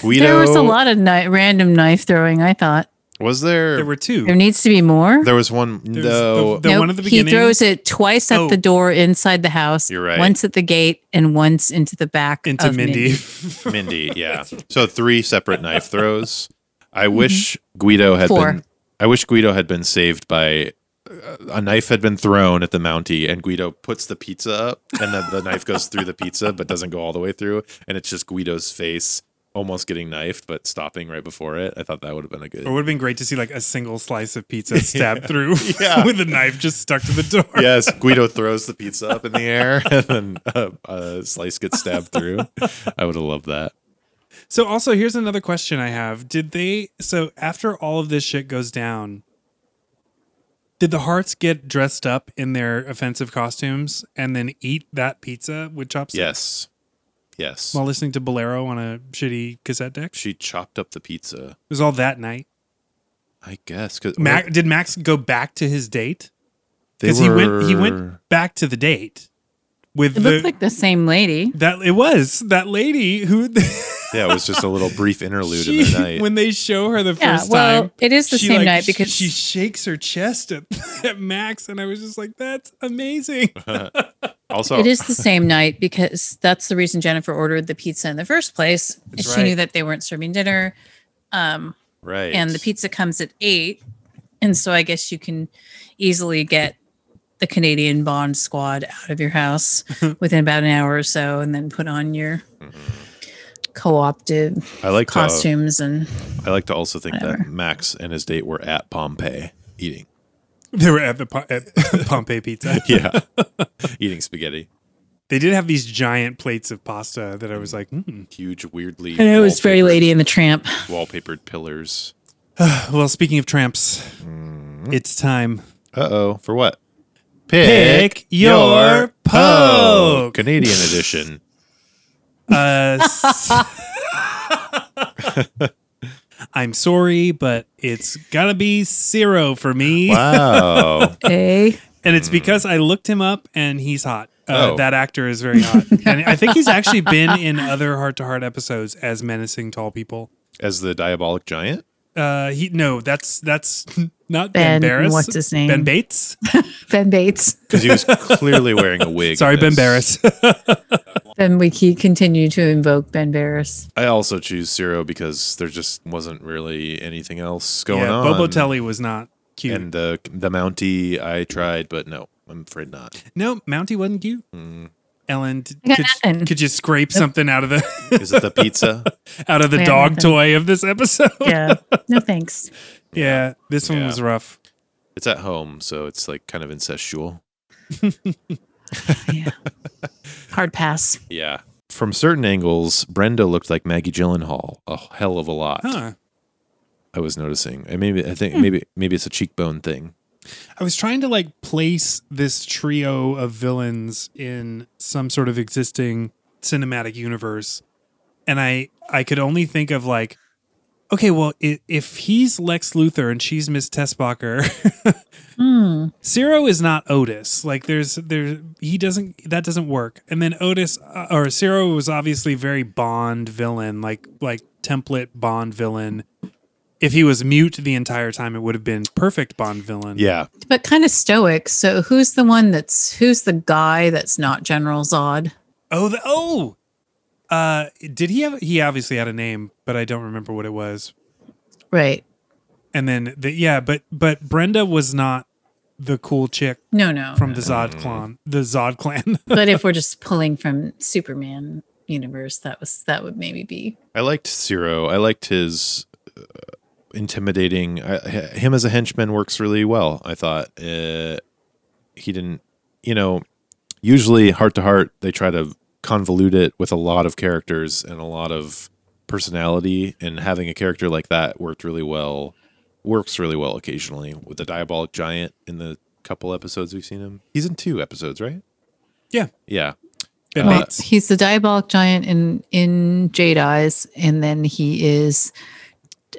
Speaker 2: Guido
Speaker 3: there was a lot of ni- random knife throwing, I thought.
Speaker 2: Was there?
Speaker 1: There were two.
Speaker 3: There needs to be more.
Speaker 2: there was one.
Speaker 1: There was
Speaker 2: no.
Speaker 1: the one at the
Speaker 3: He
Speaker 1: beginning-
Speaker 3: throws it twice at
Speaker 1: Oh.
Speaker 3: the door inside the house,
Speaker 2: You're right.
Speaker 3: once at the gate, and once into the back
Speaker 1: into
Speaker 3: of
Speaker 1: Mindy.
Speaker 2: Mindy, yeah. So three separate knife throws. I wish Guido had
Speaker 3: Mm-hmm. Four.
Speaker 2: been. I wish Guido had been saved by uh, a knife had been thrown at the Mountie, and Guido puts the pizza up, and then the knife goes through the pizza, but doesn't go all the way through, and it's just Guido's face almost getting knifed, but stopping right before it. I thought that would have been a
Speaker 1: It
Speaker 2: good.
Speaker 1: would have been great to see like a single slice of pizza stabbed through
Speaker 2: Yeah.
Speaker 1: with a knife just stuck to the door.
Speaker 2: Yes, Guido throws the pizza up in the air, and then uh, uh, slice gets stabbed through. I would have loved that.
Speaker 1: So also here's another question I have. Did they so after all of this shit goes down, did the hearts get dressed up in their offensive costumes and then eat that pizza with chopsticks
Speaker 2: Yes, yes.
Speaker 1: while listening to Bolero on a shitty cassette deck? It
Speaker 2: she chopped up the pizza.
Speaker 1: was all that night.
Speaker 2: I guess because
Speaker 1: Mac, did Max go back to his date? Because he went he went back to the date with
Speaker 3: It
Speaker 1: the
Speaker 3: looked like the same lady.
Speaker 1: that it was that lady who
Speaker 2: Yeah, it was just a little brief interlude in
Speaker 1: She-
Speaker 2: the night.
Speaker 1: When they show her the
Speaker 3: Yeah,
Speaker 1: first
Speaker 3: well,
Speaker 1: time,
Speaker 3: it is the
Speaker 1: she,
Speaker 3: same
Speaker 1: like,
Speaker 3: night because-
Speaker 1: she shakes her chest at, at Max, and I was just like, "That's amazing."
Speaker 2: also,
Speaker 3: It is the same night because that's the reason Jennifer ordered the pizza in the first place.
Speaker 1: That's
Speaker 3: she knew
Speaker 1: right.
Speaker 3: that they weren't serving dinner. Um,
Speaker 2: right,
Speaker 3: and the pizza comes at eight. And so I guess you can easily get the Canadian Bond squad out of your house within about an hour or so and then put on your co opted
Speaker 2: Mm-hmm. I like uh, to.
Speaker 3: costumes. And
Speaker 2: I like to also think that
Speaker 3: Whatever.
Speaker 2: Max and his date were at Pompeii eating.
Speaker 1: they were at the Po- at Pompeii Pizza.
Speaker 2: Yeah, eating spaghetti.
Speaker 1: They did have these giant plates of pasta that I was like,
Speaker 2: Mm.
Speaker 1: hmm.
Speaker 2: Huge, weirdly.
Speaker 3: I know it was very
Speaker 2: wallpapered-
Speaker 3: Lady and the Tramp.
Speaker 2: Wallpapered pillars.
Speaker 1: "Well, speaking of tramps,
Speaker 2: Mm-hmm.
Speaker 1: it's time."
Speaker 2: Uh oh. For what?
Speaker 1: Pick your poke.
Speaker 2: Canadian edition.
Speaker 1: Uh, s- I'm sorry, but it's gotta be zero for me.
Speaker 2: Wow.
Speaker 3: Hey.
Speaker 1: and it's because I looked him up and he's hot. Uh,
Speaker 2: Hmm. Oh.
Speaker 1: That actor is very hot, and I think he's actually been in other heart to heart episodes as menacing tall people.
Speaker 2: As the diabolic giant.
Speaker 1: Uh, he no, that's that's not Ben,
Speaker 3: Ben,
Speaker 1: Barris.
Speaker 3: what's his name?
Speaker 1: Ben Bates.
Speaker 3: Ben Bates.
Speaker 2: Because he was clearly wearing a wig. in
Speaker 1: Sorry, Ben
Speaker 2: this.
Speaker 1: Barris.
Speaker 3: Then we keep continue to invoke Ben Barris.
Speaker 2: I also choose Ciro because there just wasn't really anything else going
Speaker 1: yeah,
Speaker 2: on.
Speaker 1: Bobo Telly was not cute.
Speaker 2: and the the Mountie I tried, but no, I'm afraid not.
Speaker 1: no, Mountie wasn't cute.
Speaker 2: Hmm.
Speaker 1: Ellen, d-
Speaker 3: I got
Speaker 1: could,
Speaker 3: nothing.
Speaker 1: could you scrape something out of the
Speaker 2: Is it the pizza?
Speaker 1: out of the
Speaker 3: I got
Speaker 1: dog
Speaker 3: nothing.
Speaker 1: toy of this episode? Yeah,
Speaker 3: Yeah. No thanks.
Speaker 1: this one
Speaker 2: Yeah.
Speaker 1: was rough.
Speaker 2: it's at home, so it's like kind of incestual.
Speaker 3: Yeah. Hard pass.
Speaker 2: Yeah. From certain angles, Brenda looked like Maggie Gyllenhaal a hell of a lot.
Speaker 1: Huh. Hmm.
Speaker 2: I was noticing, and maybe I think maybe maybe it's a cheekbone thing.
Speaker 1: I was trying to like place this trio of villains in some sort of existing cinematic universe, and I I could only think of like, okay, well, i if he's Lex Luthor and she's Miss Tessbacher,
Speaker 3: Hmm.
Speaker 1: Ciro is not Otis. Like, there's there he doesn't that doesn't work. And then Otis uh, or Ciro was obviously very Bond villain, like like template Bond villain. If he was mute the entire time, it would have been perfect Bond villain.
Speaker 2: Yeah,
Speaker 3: But kind of stoic. So who's the one that's who's the guy that's not General Zod?
Speaker 1: Oh, the, oh. Uh, did he have? He obviously had a name, but I don't remember what it was.
Speaker 3: Right.
Speaker 1: And then the yeah, but but Brenda was not the cool chick
Speaker 3: No, no.
Speaker 1: from the
Speaker 2: Mm.
Speaker 1: Zod clan. The Zod clan.
Speaker 3: but if we're just pulling from Superman universe, that was that would maybe be
Speaker 2: I liked Ciro. I liked his uh, intimidating. I, h- him as a henchman works really well. I thought uh, he didn't. You know, usually heart to heart, they try to convolute it with a lot of characters and a lot of personality. And having a character like that worked really well. Works really well occasionally with the diabolic giant in the couple episodes we've seen him. He's in two episodes, right?
Speaker 1: Yeah.
Speaker 2: Yeah.
Speaker 1: Ben
Speaker 3: well,
Speaker 1: Bates.
Speaker 3: he's the diabolic giant in in Jade Eyes, and then he is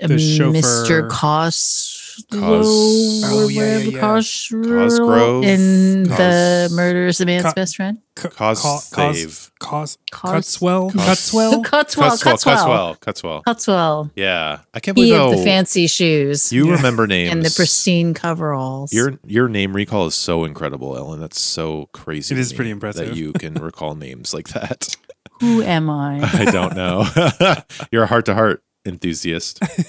Speaker 3: um,
Speaker 1: The chauffeur.
Speaker 3: Mr. Cos
Speaker 2: Cos-
Speaker 1: Oh, yeah, yeah, yeah.
Speaker 2: Cosgrove.
Speaker 3: Cosgrove in the
Speaker 2: Cos-
Speaker 3: murder is the man's
Speaker 1: Co-
Speaker 3: best friend.
Speaker 1: Co-
Speaker 2: Cos
Speaker 1: co-
Speaker 2: Thave.
Speaker 1: Cos,
Speaker 3: Cos-
Speaker 1: cos, Cotswell.
Speaker 2: Cos-
Speaker 1: Cotswell.
Speaker 3: Cutswell,
Speaker 2: Cutswell,
Speaker 3: Cutswell,
Speaker 2: Cutswell, Cutswell.
Speaker 3: Cutswell.
Speaker 2: Yeah, I can't believe
Speaker 3: He
Speaker 2: how
Speaker 3: of the fancy shoes
Speaker 2: you
Speaker 1: Yeah.
Speaker 2: remember names
Speaker 3: and the pristine coveralls.
Speaker 2: Your your name recall is so incredible, Ellen. That's so
Speaker 1: It
Speaker 2: crazy. to
Speaker 1: is
Speaker 2: me
Speaker 1: pretty impressive.
Speaker 2: that you can recall names like that.
Speaker 3: Who am I?
Speaker 2: I don't know. You're a heart to heart enthusiast. Uh.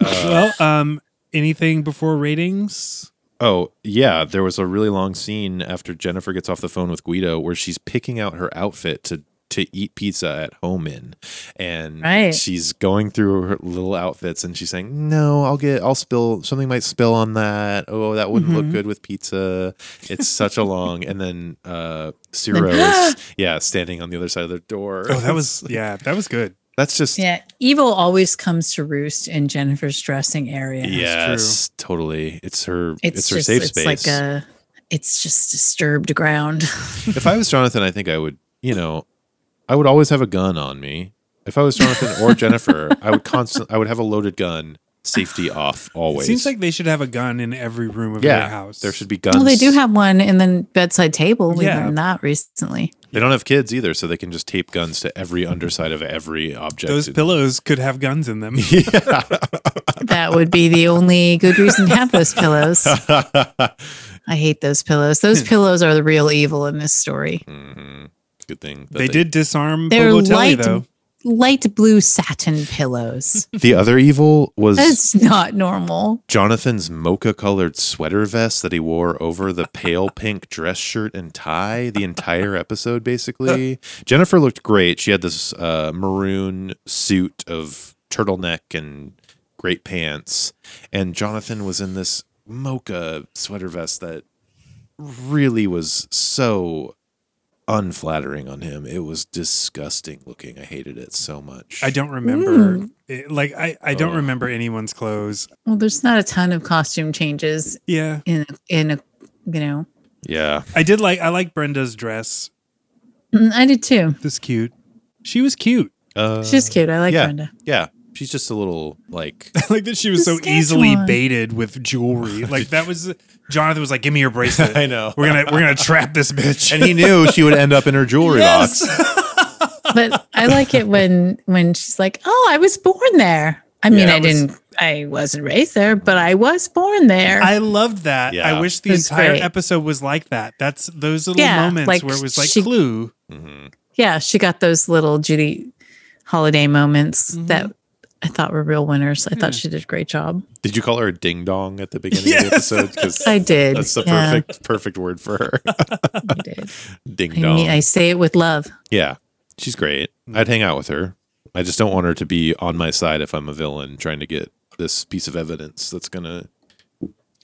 Speaker 1: well, um, anything before ratings?
Speaker 2: Oh, yeah. There was a really long scene after Jennifer gets off the phone with Guido where she's picking out her outfit to to eat pizza at home in and
Speaker 3: Right.
Speaker 2: she's going through her little outfits and she's saying no i'll get i'll spill something might spill on that oh that wouldn't look
Speaker 3: Mhm.
Speaker 2: good with pizza it's such a long and then uh ciro is yeah standing on the other side of the door
Speaker 1: Oh, that was yeah, that was good.
Speaker 2: that's just
Speaker 3: Yeah, evil always comes to roost in Jennifer's dressing area.
Speaker 2: yes totally it's her it's,
Speaker 3: it's,
Speaker 2: her
Speaker 3: just
Speaker 2: safe
Speaker 3: it's
Speaker 2: space
Speaker 3: like a it's just disturbed ground.
Speaker 2: if I was Jonathan, I think I would, you know, I would always have a gun on me. If I was Jonathan or Jennifer, I would constant, I would have a loaded gun, safety off
Speaker 1: It
Speaker 2: always.
Speaker 1: seems like they should have a gun in every room of
Speaker 2: yeah,
Speaker 1: their house.
Speaker 2: there should be guns.
Speaker 3: Well, they do have one in the bedside table. We
Speaker 1: Yeah.
Speaker 3: learned that recently.
Speaker 2: They don't have kids either, so they can just tape guns to every underside of every object.
Speaker 1: Those pillows could have guns in them.
Speaker 2: yeah.
Speaker 3: That would be the only good reason to have those pillows. I hate those pillows.
Speaker 2: Hmm.
Speaker 3: Those pillows are the real evil in this story.
Speaker 2: Mhm. Good thing that
Speaker 1: they did disarm
Speaker 3: They're
Speaker 1: Bobotelli,
Speaker 3: light,
Speaker 1: though.
Speaker 3: light blue satin pillows.
Speaker 2: The other evil was
Speaker 3: That's not normal.
Speaker 2: Jonathan's mocha-colored sweater vest that he wore over the pale pink dress shirt and tie the entire episode, basically. Jennifer looked great. She had this uh, maroon suit of turtleneck and great pants, and Jonathan was in this mocha sweater vest that really was so unflattering on him. It was disgusting looking. I hated it so much.
Speaker 1: I don't remember.
Speaker 3: Mm.
Speaker 1: It, like I, I don't
Speaker 2: Ugh.
Speaker 1: remember anyone's clothes.
Speaker 3: Well, there's not a ton of costume changes
Speaker 1: Yeah,
Speaker 3: in in a you know.
Speaker 2: yeah.
Speaker 1: I did like I like Brenda's dress.
Speaker 3: Mm, I did too.
Speaker 1: This cute. She was cute.
Speaker 2: Uh,
Speaker 3: She's cute. I like
Speaker 2: yeah.
Speaker 3: Brenda.
Speaker 2: Yeah. She's just a little like
Speaker 1: I like that she was so
Speaker 3: Saskatchewan.
Speaker 1: easily baited with jewelry. Like that was Jonathan was like, "Give me your bracelet.
Speaker 2: I know.
Speaker 1: we're gonna we're gonna trap this bitch."
Speaker 2: and he knew she would end up in her jewelry
Speaker 1: Yes!
Speaker 2: box.
Speaker 3: But I like it when when she's like, "Oh, I was born there." I mean,
Speaker 1: Yeah,
Speaker 3: I
Speaker 1: it was-
Speaker 3: didn't. I wasn't raised there, but I was born there.
Speaker 1: I loved that.
Speaker 2: Yeah.
Speaker 1: I wish the
Speaker 3: It was
Speaker 1: entire
Speaker 3: great.
Speaker 1: episode was like that. That's those little
Speaker 3: Yeah,
Speaker 1: moments
Speaker 3: like,
Speaker 1: where it was like
Speaker 3: she-
Speaker 1: Clue.
Speaker 2: Mhm.
Speaker 3: yeah, she got those little Judy holiday moments that I thought were real winners. I thought
Speaker 1: Yeah.
Speaker 3: she did a great job.
Speaker 2: Did you call her a ding dong at the beginning of
Speaker 1: Yes.
Speaker 2: the episode? Because
Speaker 3: I did.
Speaker 2: that's the
Speaker 3: Yeah,
Speaker 2: perfect perfect word for her.
Speaker 3: I did.
Speaker 2: ding
Speaker 3: I, mean,
Speaker 2: dong.
Speaker 3: I say it with love.
Speaker 2: yeah, she's great. I'd hang out with her. I just don't want her to be on my side if I'm a villain trying to get this piece of evidence that's gonna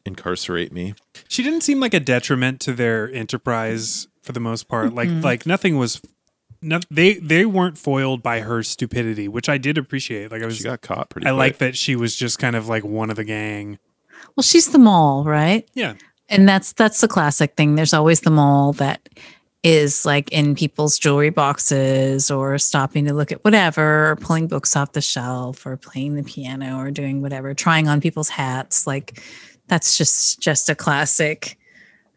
Speaker 2: incarcerate me.
Speaker 1: She didn't seem like a detriment to their enterprise for the most part. Like like nothing was. No, they they weren't foiled by her stupidity, which I did appreciate. Like I was,
Speaker 2: She got caught pretty.
Speaker 1: I like
Speaker 2: quick.
Speaker 1: that she was just kind of like one of the gang.
Speaker 3: Well, she's the mole, right?
Speaker 1: Yeah,
Speaker 3: And that's that's the classic thing. There's always the mole that is like in people's jewelry boxes or stopping to look at whatever, or pulling books off the shelf or playing the piano or doing whatever, trying on people's hats. Like that's just just a classic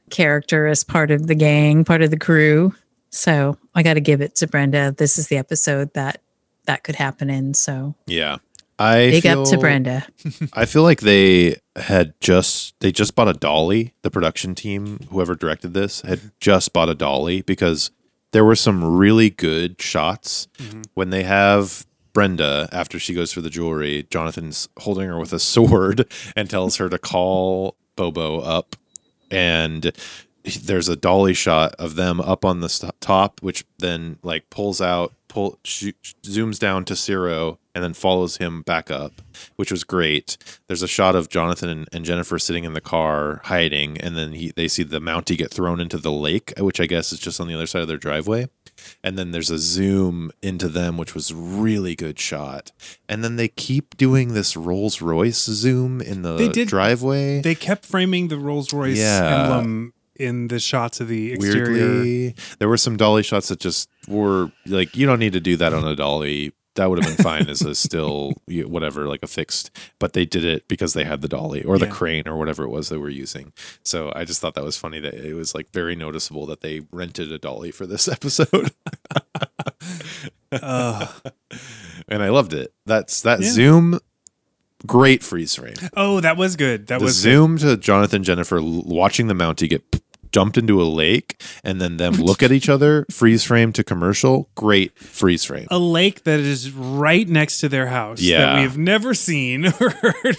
Speaker 3: character as part of the gang, part of the crew. So I got to give it to Brenda. This is the episode that that could happen in. So
Speaker 2: Yeah. I
Speaker 3: big up to
Speaker 2: feel-
Speaker 3: Brenda.
Speaker 2: I feel like they had just they just bought a dolly. The production team, whoever directed this, had just bought a dolly because there were some really good shots when they have Brenda after she goes for the jewelry. Jonathan's holding her with a sword and tells her to call Bobo up, and there's a dolly shot of them up on the st- top, which then like pulls out, pull sh- zooms down to Ciro, and then follows him back up, which was great. There's a shot of Jonathan and, and Jennifer sitting in the car hiding, and then he, they see the Mountie get thrown into the lake, which I guess is just on the other side of their driveway. And then there's a zoom into them, which was really good shot. And then they keep doing this Rolls Royce zoom in the
Speaker 1: They did-
Speaker 2: driveway.
Speaker 1: they kept framing the Rolls Royce
Speaker 2: Yeah.
Speaker 1: emblem in the shots of the exterior.
Speaker 2: Weirdly, there were some dolly shots that just were like, you don't need to do that on a dolly. That would have been fine as a still, you- whatever, like a fixed. But they did it because they had the dolly or the
Speaker 1: Yeah.
Speaker 2: crane or whatever it was they were using. So I just thought that was funny that it was like very noticeable that they rented a dolly for this episode,
Speaker 1: Ugh.
Speaker 2: and I loved it. That's that
Speaker 1: Yeah.
Speaker 2: zoom, great freeze frame.
Speaker 1: oh, that was good. That
Speaker 2: the
Speaker 1: was good.
Speaker 2: zoom to Jonathan Jennifer l- watching the Mountie get p- dumped into a lake and then them look at each other, freeze frame to commercial, great freeze frame.
Speaker 1: a lake that is right next to their house that
Speaker 2: Yeah.
Speaker 1: we've never seen or heard.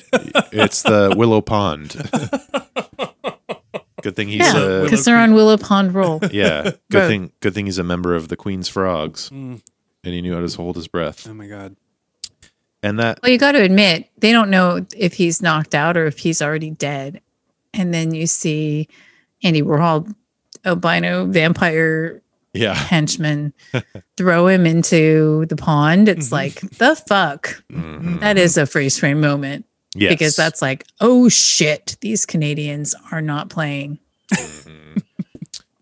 Speaker 2: It's the Willow Pond. Good thing he's
Speaker 3: Yeah,
Speaker 2: a
Speaker 3: because they're on Willow Pond Roll.
Speaker 2: yeah.
Speaker 3: Right.
Speaker 2: Good thing good thing he's a member of the Queen's Frogs,
Speaker 1: Mm.
Speaker 2: and he knew how to hold his breath.
Speaker 1: oh my god.
Speaker 2: And that
Speaker 3: Well, you got to admit, they don't know if he's knocked out or if he's already dead. And then you see Andy Warhol, albino vampire
Speaker 2: yeah,
Speaker 3: henchman, throw him into the pond. It's
Speaker 1: Mhm.
Speaker 3: like, the fuck?
Speaker 2: Mhm.
Speaker 3: That is a freeze frame moment
Speaker 2: yes.
Speaker 3: because that's like, oh shit, these Canadians are not playing.
Speaker 2: Mhm.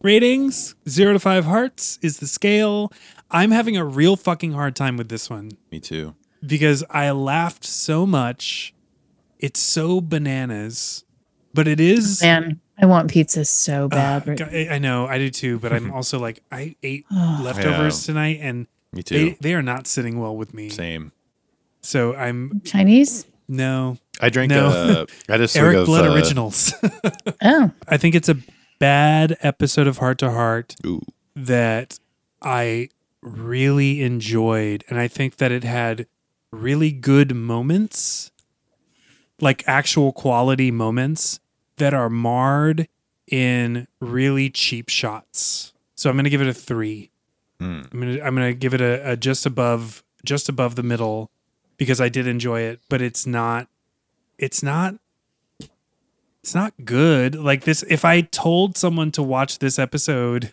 Speaker 1: Ratings zero to five hearts is the scale. I'm having a real fucking hard time with this one
Speaker 2: me too.
Speaker 1: because I laughed so much. It's so bananas, but it is. uh,
Speaker 3: Man, I want pizza
Speaker 1: Ah,
Speaker 3: so bad. right-
Speaker 1: I I know I do too, but I'm also like I ate
Speaker 3: Oh.
Speaker 1: leftovers tonight, and
Speaker 2: Me too.
Speaker 1: they, they are not sitting well with me.
Speaker 2: Same.
Speaker 1: So I'm
Speaker 3: Oh, Chinese?
Speaker 1: no
Speaker 2: I drank.
Speaker 1: No.
Speaker 2: Uh, I just
Speaker 1: Eric
Speaker 2: think of,
Speaker 1: Blood
Speaker 2: uh,
Speaker 1: originals.
Speaker 3: Oh,
Speaker 1: I think it's a bad episode of Heart to Heart
Speaker 2: Ooh,
Speaker 1: that I really enjoyed. And I think that it had really good moments, like actual quality moments that are marred in really cheap shots. So I'm going to give it a three.
Speaker 2: Mm.
Speaker 1: I'm going to, I'm going to give it a, a just above, just above the middle because I did enjoy it, but it's not, it's not it's not good. Like this, if I told someone to watch this episode,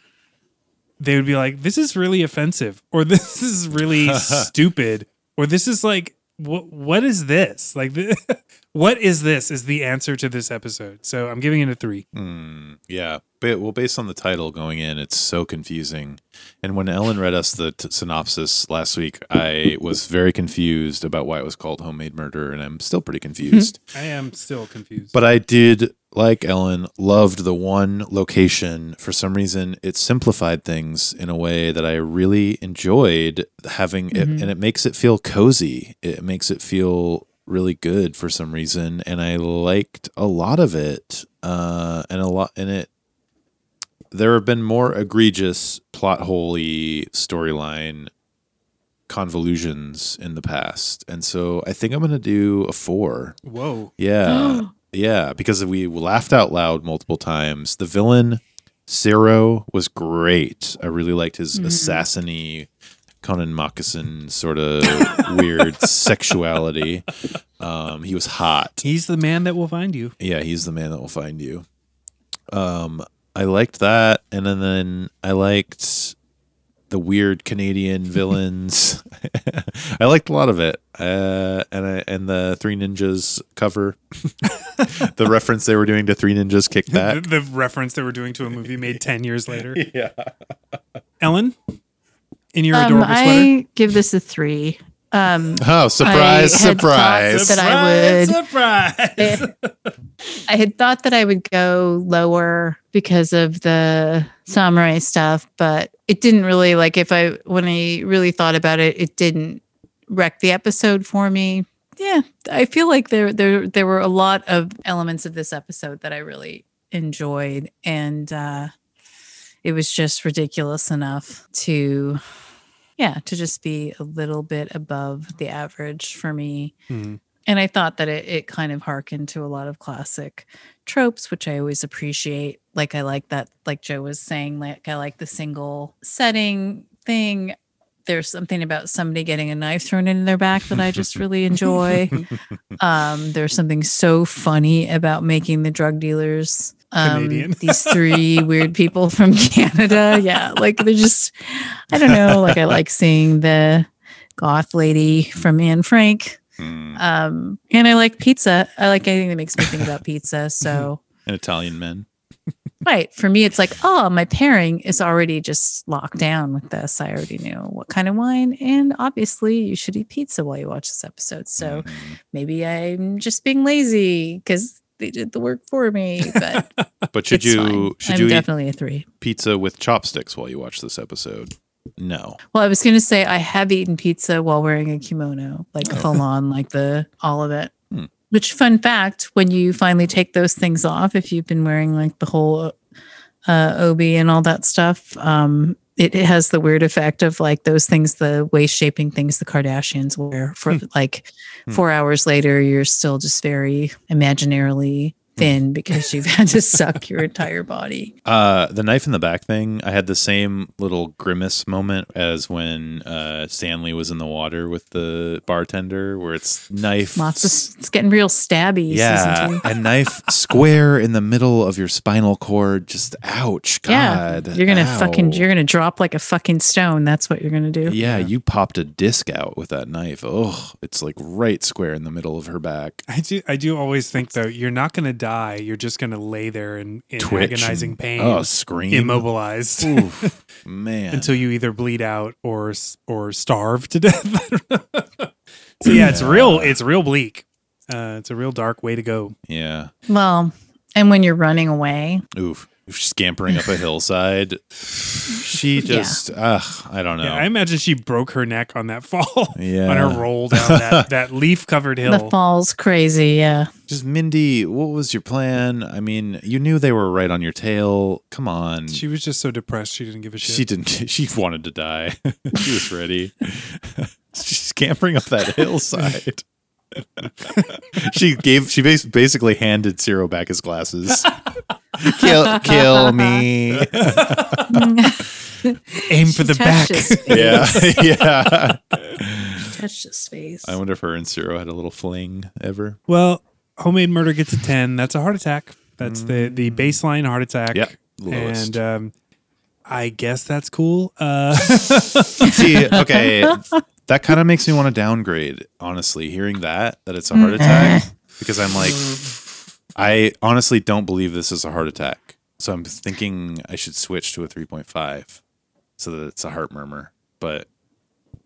Speaker 1: they would be like, "This is really offensive," or "This is really stupid," or "This is like, what? What is this? Like, th- what is this?" Is the answer to this episode? So I'm giving it a three.
Speaker 2: Mm, yeah. But, well, based on the title going in, it's so confusing. And when Ellen read us the t- synopsis last week, I was very confused about why it was called Homemade Murder, and I'm still pretty confused.
Speaker 1: I am still confused.
Speaker 2: but I did, like Ellen, loved the one location. For some reason, it simplified things in a way that I really enjoyed having
Speaker 3: Mhm.
Speaker 2: it, and it makes it feel cozy. It makes it feel really good for some reason, and I liked a lot of it. Uh, and a lot, and it there have been more egregious plot holey storyline convolutions in the past, and so I think I'm gonna do a four.
Speaker 1: whoa,
Speaker 2: Yeah.
Speaker 3: Um,
Speaker 2: Yeah, because we laughed out loud multiple times. The villain Ciro was great. I really liked his
Speaker 3: Mhm.
Speaker 2: assassiny Conan Moccasin sort of weird sexuality. Um, he was hot.
Speaker 1: he's the man that will find you.
Speaker 2: Yeah, he's the man that will find you. Um, I liked that, and then, then I liked the weird Canadian villains. I liked a lot of it, uh, and I, and the Three Ninjas cover, the reference they were doing to Three Ninjas Kick
Speaker 1: The,
Speaker 2: Back.
Speaker 1: the reference that we're doing to a movie made ten years later.
Speaker 2: yeah,
Speaker 1: Ellen, in your
Speaker 3: um,
Speaker 1: adorable sweater.
Speaker 3: I give this a three. Um,
Speaker 2: Oh, surprise,
Speaker 3: I had
Speaker 2: surprise!
Speaker 3: thoughts that I
Speaker 1: surprise.
Speaker 3: I had thought that I would go lower because of the samurai stuff, but it didn't really like if I when I really thought about it, it didn't wreck the episode for me. Yeah, I feel like there there there were a lot of elements of this episode that I really enjoyed and uh it was just ridiculous enough to yeah, to just be a little bit above the average for me
Speaker 1: Hmm.
Speaker 3: and I thought that it, it kind of harkened to a lot of classic tropes, which I always appreciate. Like I like that, like Joe was saying, like I like the single setting thing. There's something about somebody getting a knife thrown in their back that I just really enjoy. Um, there's something so funny about making the drug dealers um,
Speaker 1: Canadian.
Speaker 3: these three weird people from Canada. Yeah, like they're just, I don't know. Like I like seeing the goth lady from Anne Frank
Speaker 2: Mm,
Speaker 3: um, and I like pizza. I like anything that makes me think about pizza. So,
Speaker 2: an Italian man.
Speaker 3: right for me, it's like, oh, my pairing is already just locked down with this. I already knew what kind of wine, and obviously, you should eat pizza while you watch this episode. So
Speaker 2: Mhm.
Speaker 3: maybe I'm just being lazy because they did the work for me. But
Speaker 2: but should
Speaker 3: it's
Speaker 2: you
Speaker 3: fine.
Speaker 2: should
Speaker 3: I'm
Speaker 2: you eat
Speaker 3: definitely a three.
Speaker 2: pizza with chopsticks while you watch this episode? No.
Speaker 3: Well, I was going to say I have eaten pizza while wearing a kimono, like full on, like the all of it.
Speaker 2: Oh. Hmm.
Speaker 3: Which, fun fact, when you finally take those things off, if you've been wearing like the whole uh, Obi and all that stuff. Um, it, it has the weird effect of like those things, the way shaping things the Kardashians wear for like
Speaker 2: Hmm.
Speaker 3: four hours later, you're still just very imaginarily
Speaker 2: Hmm.
Speaker 3: thin because you've had to suck your entire body.
Speaker 2: Uh, the knife in the back thing, I had the same little grimace moment as when uh, Stanley was in the water with the bartender, where it's knife.
Speaker 3: Lots of it's getting real stabby.
Speaker 2: yeah,
Speaker 3: season two.
Speaker 2: a knife square in the middle of your spinal cord. Just ouch,
Speaker 3: Yeah,
Speaker 2: God.
Speaker 3: you're gonna
Speaker 2: ow.
Speaker 3: fucking you're gonna drop like a fucking stone. That's what you're gonna do.
Speaker 2: yeah, you popped a disc out with that knife. Oh, it's like right square in the middle of her back.
Speaker 1: I do. I do always think though, you're not going to die. You're just going to lay there in, in
Speaker 2: Twitch
Speaker 1: agonizing pain,
Speaker 2: Oh, scream.
Speaker 1: immobilized
Speaker 2: Oof, man.
Speaker 1: until you either bleed out or s- or starve to death. I don't know. so yeah, it's real. It's real bleak. Uh, it's a real dark way to go.
Speaker 2: yeah.
Speaker 3: Well, and when you're running away,
Speaker 2: Oof. Scampering up a hillside. She just, ugh, I don't know.
Speaker 1: Yeah, I imagine she broke her neck on that fall.
Speaker 2: Yeah.
Speaker 1: on her roll down that, that leaf covered
Speaker 3: the
Speaker 1: hill.
Speaker 3: fall's crazy. Yeah.
Speaker 2: just Mindy, what was your plan? I mean, you knew they were right on your tail. Come on.
Speaker 1: She
Speaker 2: She,
Speaker 1: was just so depressed she didn't give a shit.
Speaker 2: didn't, she wanted to die. she was ready. She's scampering up that hillside. she gave, she bas- basically handed Ciro back his glasses. kill, kill me.
Speaker 1: Aim for the back.
Speaker 2: yeah. yeah.
Speaker 3: Touch his face.
Speaker 2: I wonder if her and Ciro had a little fling ever.
Speaker 1: Well, homemade murder gets a ten. That's a heart attack. That's the the baseline heart attack.
Speaker 2: Yep, Mm. lowest.
Speaker 1: And um, I guess that's cool. Uh,
Speaker 2: See, okay, that kind of makes me want to downgrade. Honestly, hearing that that it's a heart attack because I'm like, I honestly don't believe this is a heart attack. So I'm thinking I should switch to a 3.5 so that it's a heart murmur. But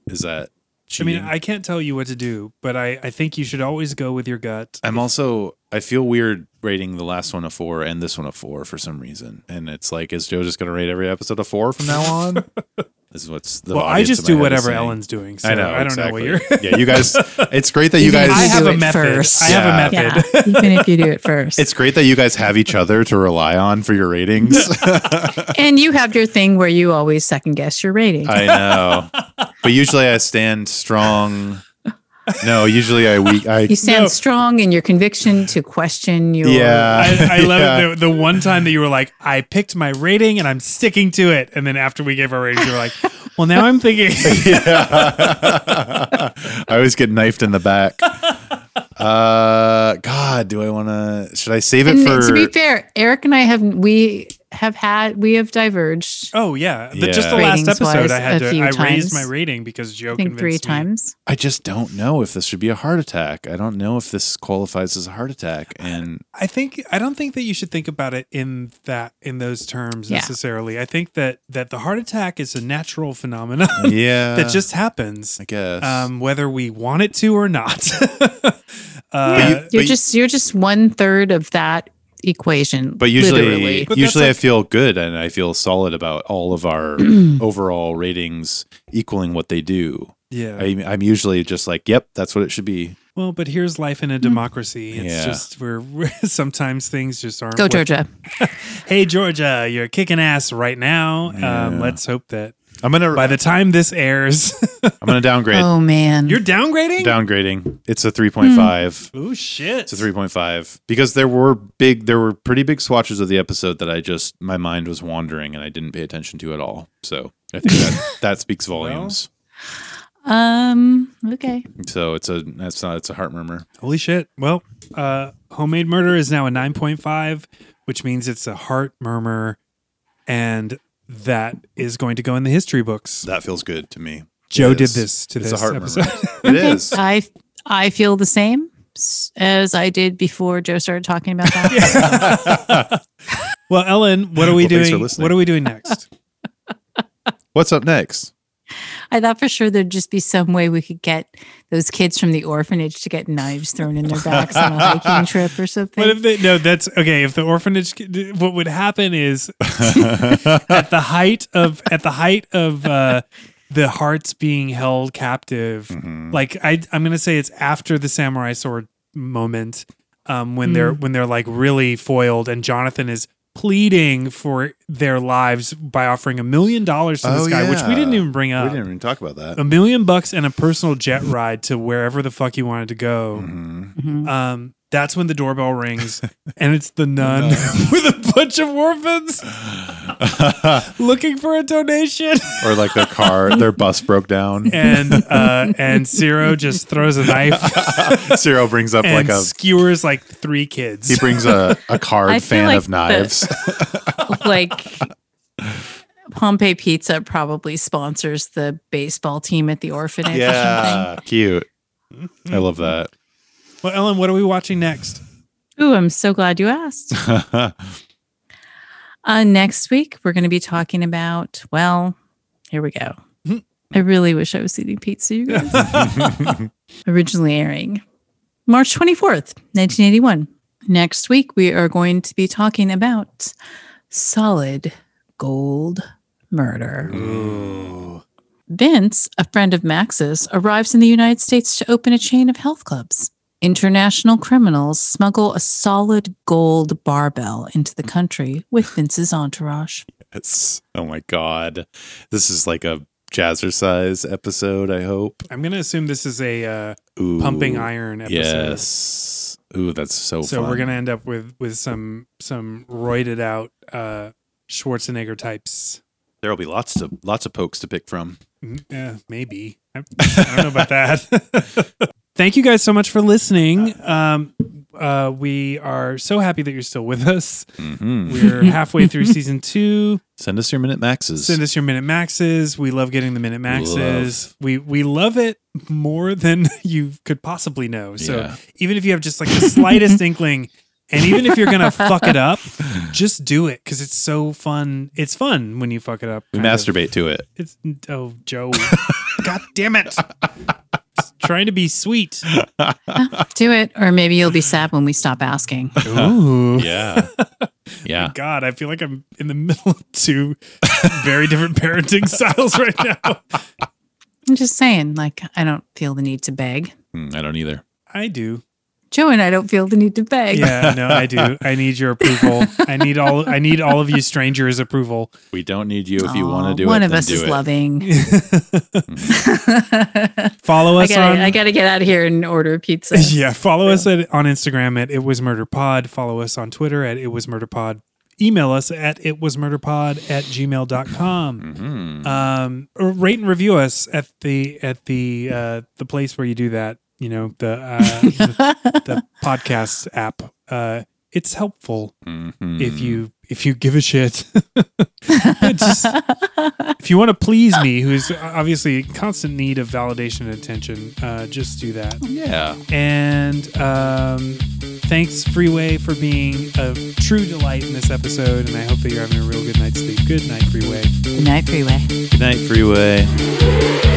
Speaker 2: is that?
Speaker 1: I
Speaker 2: Cheating?
Speaker 1: mean, I can't tell you what to do, but I I think you should always go with your gut.
Speaker 2: I'm also I feel weird rating the last one a four and this one a four for some reason. And it's like, is Joe just gonna rate every episode a four from now on? this is what's the
Speaker 1: well, I
Speaker 2: audience
Speaker 1: just
Speaker 2: in my
Speaker 1: do
Speaker 2: head is
Speaker 1: whatever
Speaker 2: saying.
Speaker 1: Ellen's doing. So
Speaker 2: I know.
Speaker 1: I don't know what you're.
Speaker 2: yeah, you guys. It's great that you
Speaker 3: I
Speaker 2: guys.
Speaker 1: I have
Speaker 3: do
Speaker 1: a
Speaker 3: it
Speaker 1: method.
Speaker 3: first.
Speaker 1: I have a
Speaker 3: yeah.
Speaker 1: method.
Speaker 3: Even if you do it first.
Speaker 2: It's great that you guys have each other to rely on for your ratings.
Speaker 3: and you have your thing where you always second guess your rating.
Speaker 2: I know, but usually I stand strong. No, usually I weak. I
Speaker 3: you stand
Speaker 1: No.
Speaker 3: strong in your conviction to question your
Speaker 2: yeah.
Speaker 1: I, I love
Speaker 2: Yeah.
Speaker 1: it. The, the one time that you were like, I picked my rating and I'm sticking to it. And then after we gave our ratings, you were like, well, now I'm thinking.
Speaker 2: Yeah. I always get knifed in the back. Uh, God, do I want to? Should I save it
Speaker 3: And
Speaker 2: for?
Speaker 3: to be fair, Eric and I have we have had we have diverged
Speaker 1: oh, yeah. The- Just the
Speaker 2: Yeah.
Speaker 1: last
Speaker 3: Ratings-wise,
Speaker 1: episode, I had
Speaker 3: a
Speaker 1: to,
Speaker 3: few
Speaker 1: I raised
Speaker 3: times.
Speaker 1: my rating because Joe
Speaker 3: I think
Speaker 1: convinced
Speaker 3: three
Speaker 1: me.
Speaker 3: times.
Speaker 2: I just don't know if this should be a heart attack. I don't know if this qualifies as a heart attack, and
Speaker 1: I think I don't think that you should think about it in that in those terms
Speaker 3: Yeah.
Speaker 1: necessarily. I think that that the heart attack is a natural phenomenon
Speaker 2: yeah,
Speaker 1: that just happens,
Speaker 2: Uh, I guess.
Speaker 1: um, whether we want it to or not.
Speaker 2: But you-
Speaker 1: uh,
Speaker 3: You're
Speaker 2: but-
Speaker 3: just you're just one third of that equation.
Speaker 2: But usually,
Speaker 3: literally.
Speaker 1: But that's
Speaker 2: usually
Speaker 1: like-
Speaker 2: I feel good and I feel solid about all of our overall ratings equaling what they do.
Speaker 1: yeah.
Speaker 2: I'm, I'm usually just like, yep, that's what it should be.
Speaker 1: Well, but here's life
Speaker 3: Hmm.
Speaker 1: in a democracy. It's
Speaker 2: Yeah.
Speaker 1: just we're sometimes things just aren't.
Speaker 3: Go
Speaker 1: what-
Speaker 3: Georgia.
Speaker 1: Hey Georgia, you're kicking ass right now. Um,
Speaker 2: Yeah.
Speaker 1: let's hope that
Speaker 2: I'm gonna
Speaker 1: by the time this airs,
Speaker 2: I'm gonna downgrade.
Speaker 3: Oh man.
Speaker 1: you're downgrading.
Speaker 2: Downgrading. It's a 3.5.
Speaker 1: oh shit!
Speaker 2: It's a 3.5 because there were big, there were pretty big swatches of the episode that I just my mind was wandering and I didn't pay attention to at all. So I think that that speaks volumes.
Speaker 3: um okay.
Speaker 2: so it's a that's not it's a heart murmur.
Speaker 1: Holy shit! Well, uh, homemade murder is now a nine point five, which means it's a heart murmur, and that is going to go in the history books.
Speaker 2: That feels good to me.
Speaker 1: Joe
Speaker 2: It
Speaker 1: did
Speaker 2: is.
Speaker 1: this to
Speaker 2: It's
Speaker 1: this
Speaker 2: a heart
Speaker 1: episode.
Speaker 2: murmur. It is.
Speaker 3: I I feel the same s- as I did before Joe started talking about that.
Speaker 1: well, Ellen, what are we
Speaker 2: Well, thanks for
Speaker 1: doing?
Speaker 2: listening.
Speaker 1: What are we doing next?
Speaker 2: What's up next?
Speaker 3: I thought for sure there'd just be some way we could get those kids from the orphanage to get knives thrown in their backs on a hiking trip or something.
Speaker 1: What if they? No, that's okay. If the orphanage, what would happen is at the height of at the height of uh, the hearts being held captive.
Speaker 2: Mm-hmm.
Speaker 1: Like I, I'm gonna say it's after the samurai sword moment um, when they're when they're like really foiled, and Jonathan is pleading for their lives by offering a million dollars to this
Speaker 2: Oh,
Speaker 1: guy, which we
Speaker 2: yeah.
Speaker 1: didn't even bring up.
Speaker 2: we didn't even talk about that.
Speaker 1: A million bucks and a personal jet ride to wherever the fuck he wanted to
Speaker 2: Mm-hmm.
Speaker 1: go.
Speaker 3: Mm-hmm.
Speaker 1: Um, that's when the doorbell rings, and it's the nun with a bunch of orphans looking for a donation.
Speaker 2: or like their car, their bus broke down.
Speaker 1: And uh, and Ciro just throws a knife
Speaker 2: Ciro brings up
Speaker 1: and
Speaker 2: like a
Speaker 1: skewers like three kids.
Speaker 2: he brings a, a
Speaker 3: I
Speaker 2: card
Speaker 3: feel
Speaker 2: fan
Speaker 3: like
Speaker 2: of
Speaker 3: the-
Speaker 2: knives.
Speaker 3: like Pompeii Pizza probably sponsors the baseball team at the orphanage or
Speaker 2: yeah, cute. I love that.
Speaker 1: Mm-hmm. Well, Ellen, what are we watching next?
Speaker 3: something. Ooh, I'm so glad you asked. Uh, next week, we're going to be talking about, well, here we go. I really wish I was eating pizza, you guys. Originally airing March 24th, 1981. Next week, we are going to be talking about solid gold murder. Vince, a friend of Max's, arrives in the United States to open a chain of health clubs. International criminals smuggle a solid gold barbell into the country with Vince's entourage.
Speaker 2: Yes. Oh my god, this is like a jazzercise episode. I hope.
Speaker 1: I'm gonna assume this is a uh,
Speaker 2: Ooh,
Speaker 1: pumping iron episode.
Speaker 2: Yes. Ooh, that's so.
Speaker 1: So
Speaker 2: fun.
Speaker 1: we're gonna end up with with some some roided out uh, Schwarzenegger types.
Speaker 2: There will be lots of lots of pokes to pick from.
Speaker 1: Mm, Yeah, maybe. I, I don't know about that. Thank you guys so much for listening. Um, uh, we are so happy that you're still with us.
Speaker 2: Mhm.
Speaker 1: We're halfway through season two.
Speaker 2: Send us your minute maxes.
Speaker 1: Send us your minute maxes. We love getting the minute maxes. We we love it more than you could possibly know. So
Speaker 2: Yeah.
Speaker 1: even if you have just like the slightest inkling, and even if you're gonna fuck it up, just do it because it's so fun. It's fun when you fuck it up.
Speaker 2: we
Speaker 1: kind of.
Speaker 2: masturbate to it.
Speaker 1: It's oh Joe. God damn it. It's trying to be sweet.
Speaker 3: Do it, or maybe you'll
Speaker 2: Mm.
Speaker 3: be sad when we stop asking.
Speaker 1: Ooh.
Speaker 2: Yeah. yeah.
Speaker 1: God, I feel like I'm in the middle of two very different parenting styles right now.
Speaker 3: I'm just saying, like, I don't feel the need to beg.
Speaker 2: Mm, I don't either.
Speaker 1: I do.
Speaker 3: Joe and I don't feel the need to beg.
Speaker 1: Yeah, no, I do. I need your approval. I need all I need all of you strangers approval.
Speaker 2: We don't need you if you
Speaker 3: Aw,
Speaker 2: want to do
Speaker 3: one
Speaker 2: it.
Speaker 3: of
Speaker 2: then
Speaker 3: us
Speaker 2: do
Speaker 3: is
Speaker 2: it.
Speaker 3: loving.
Speaker 2: Mm.
Speaker 1: Follow
Speaker 3: I
Speaker 1: us on
Speaker 3: gotta, I gotta get out of here and order a pizza.
Speaker 1: Yeah, follow us at, on Instagram at it was murder pod. Follow us on Twitter at it was murder pod. Email us at it was murder pod at gmail.com.
Speaker 2: Mhm.
Speaker 1: um or rate and review us at the at the uh the place where you do that you know the uh the, the podcast app uh it's helpful
Speaker 2: Mhm.
Speaker 1: if you if you give a shit It just- if you want to please me who's obviously in constant need of validation and attention uh just do that
Speaker 2: Yeah.
Speaker 1: and um thanks freeway for being a true delight in this episode and i hope that you're having a real good night's sleep good night freeway
Speaker 3: Good night, freeway.
Speaker 2: Good night, freeway.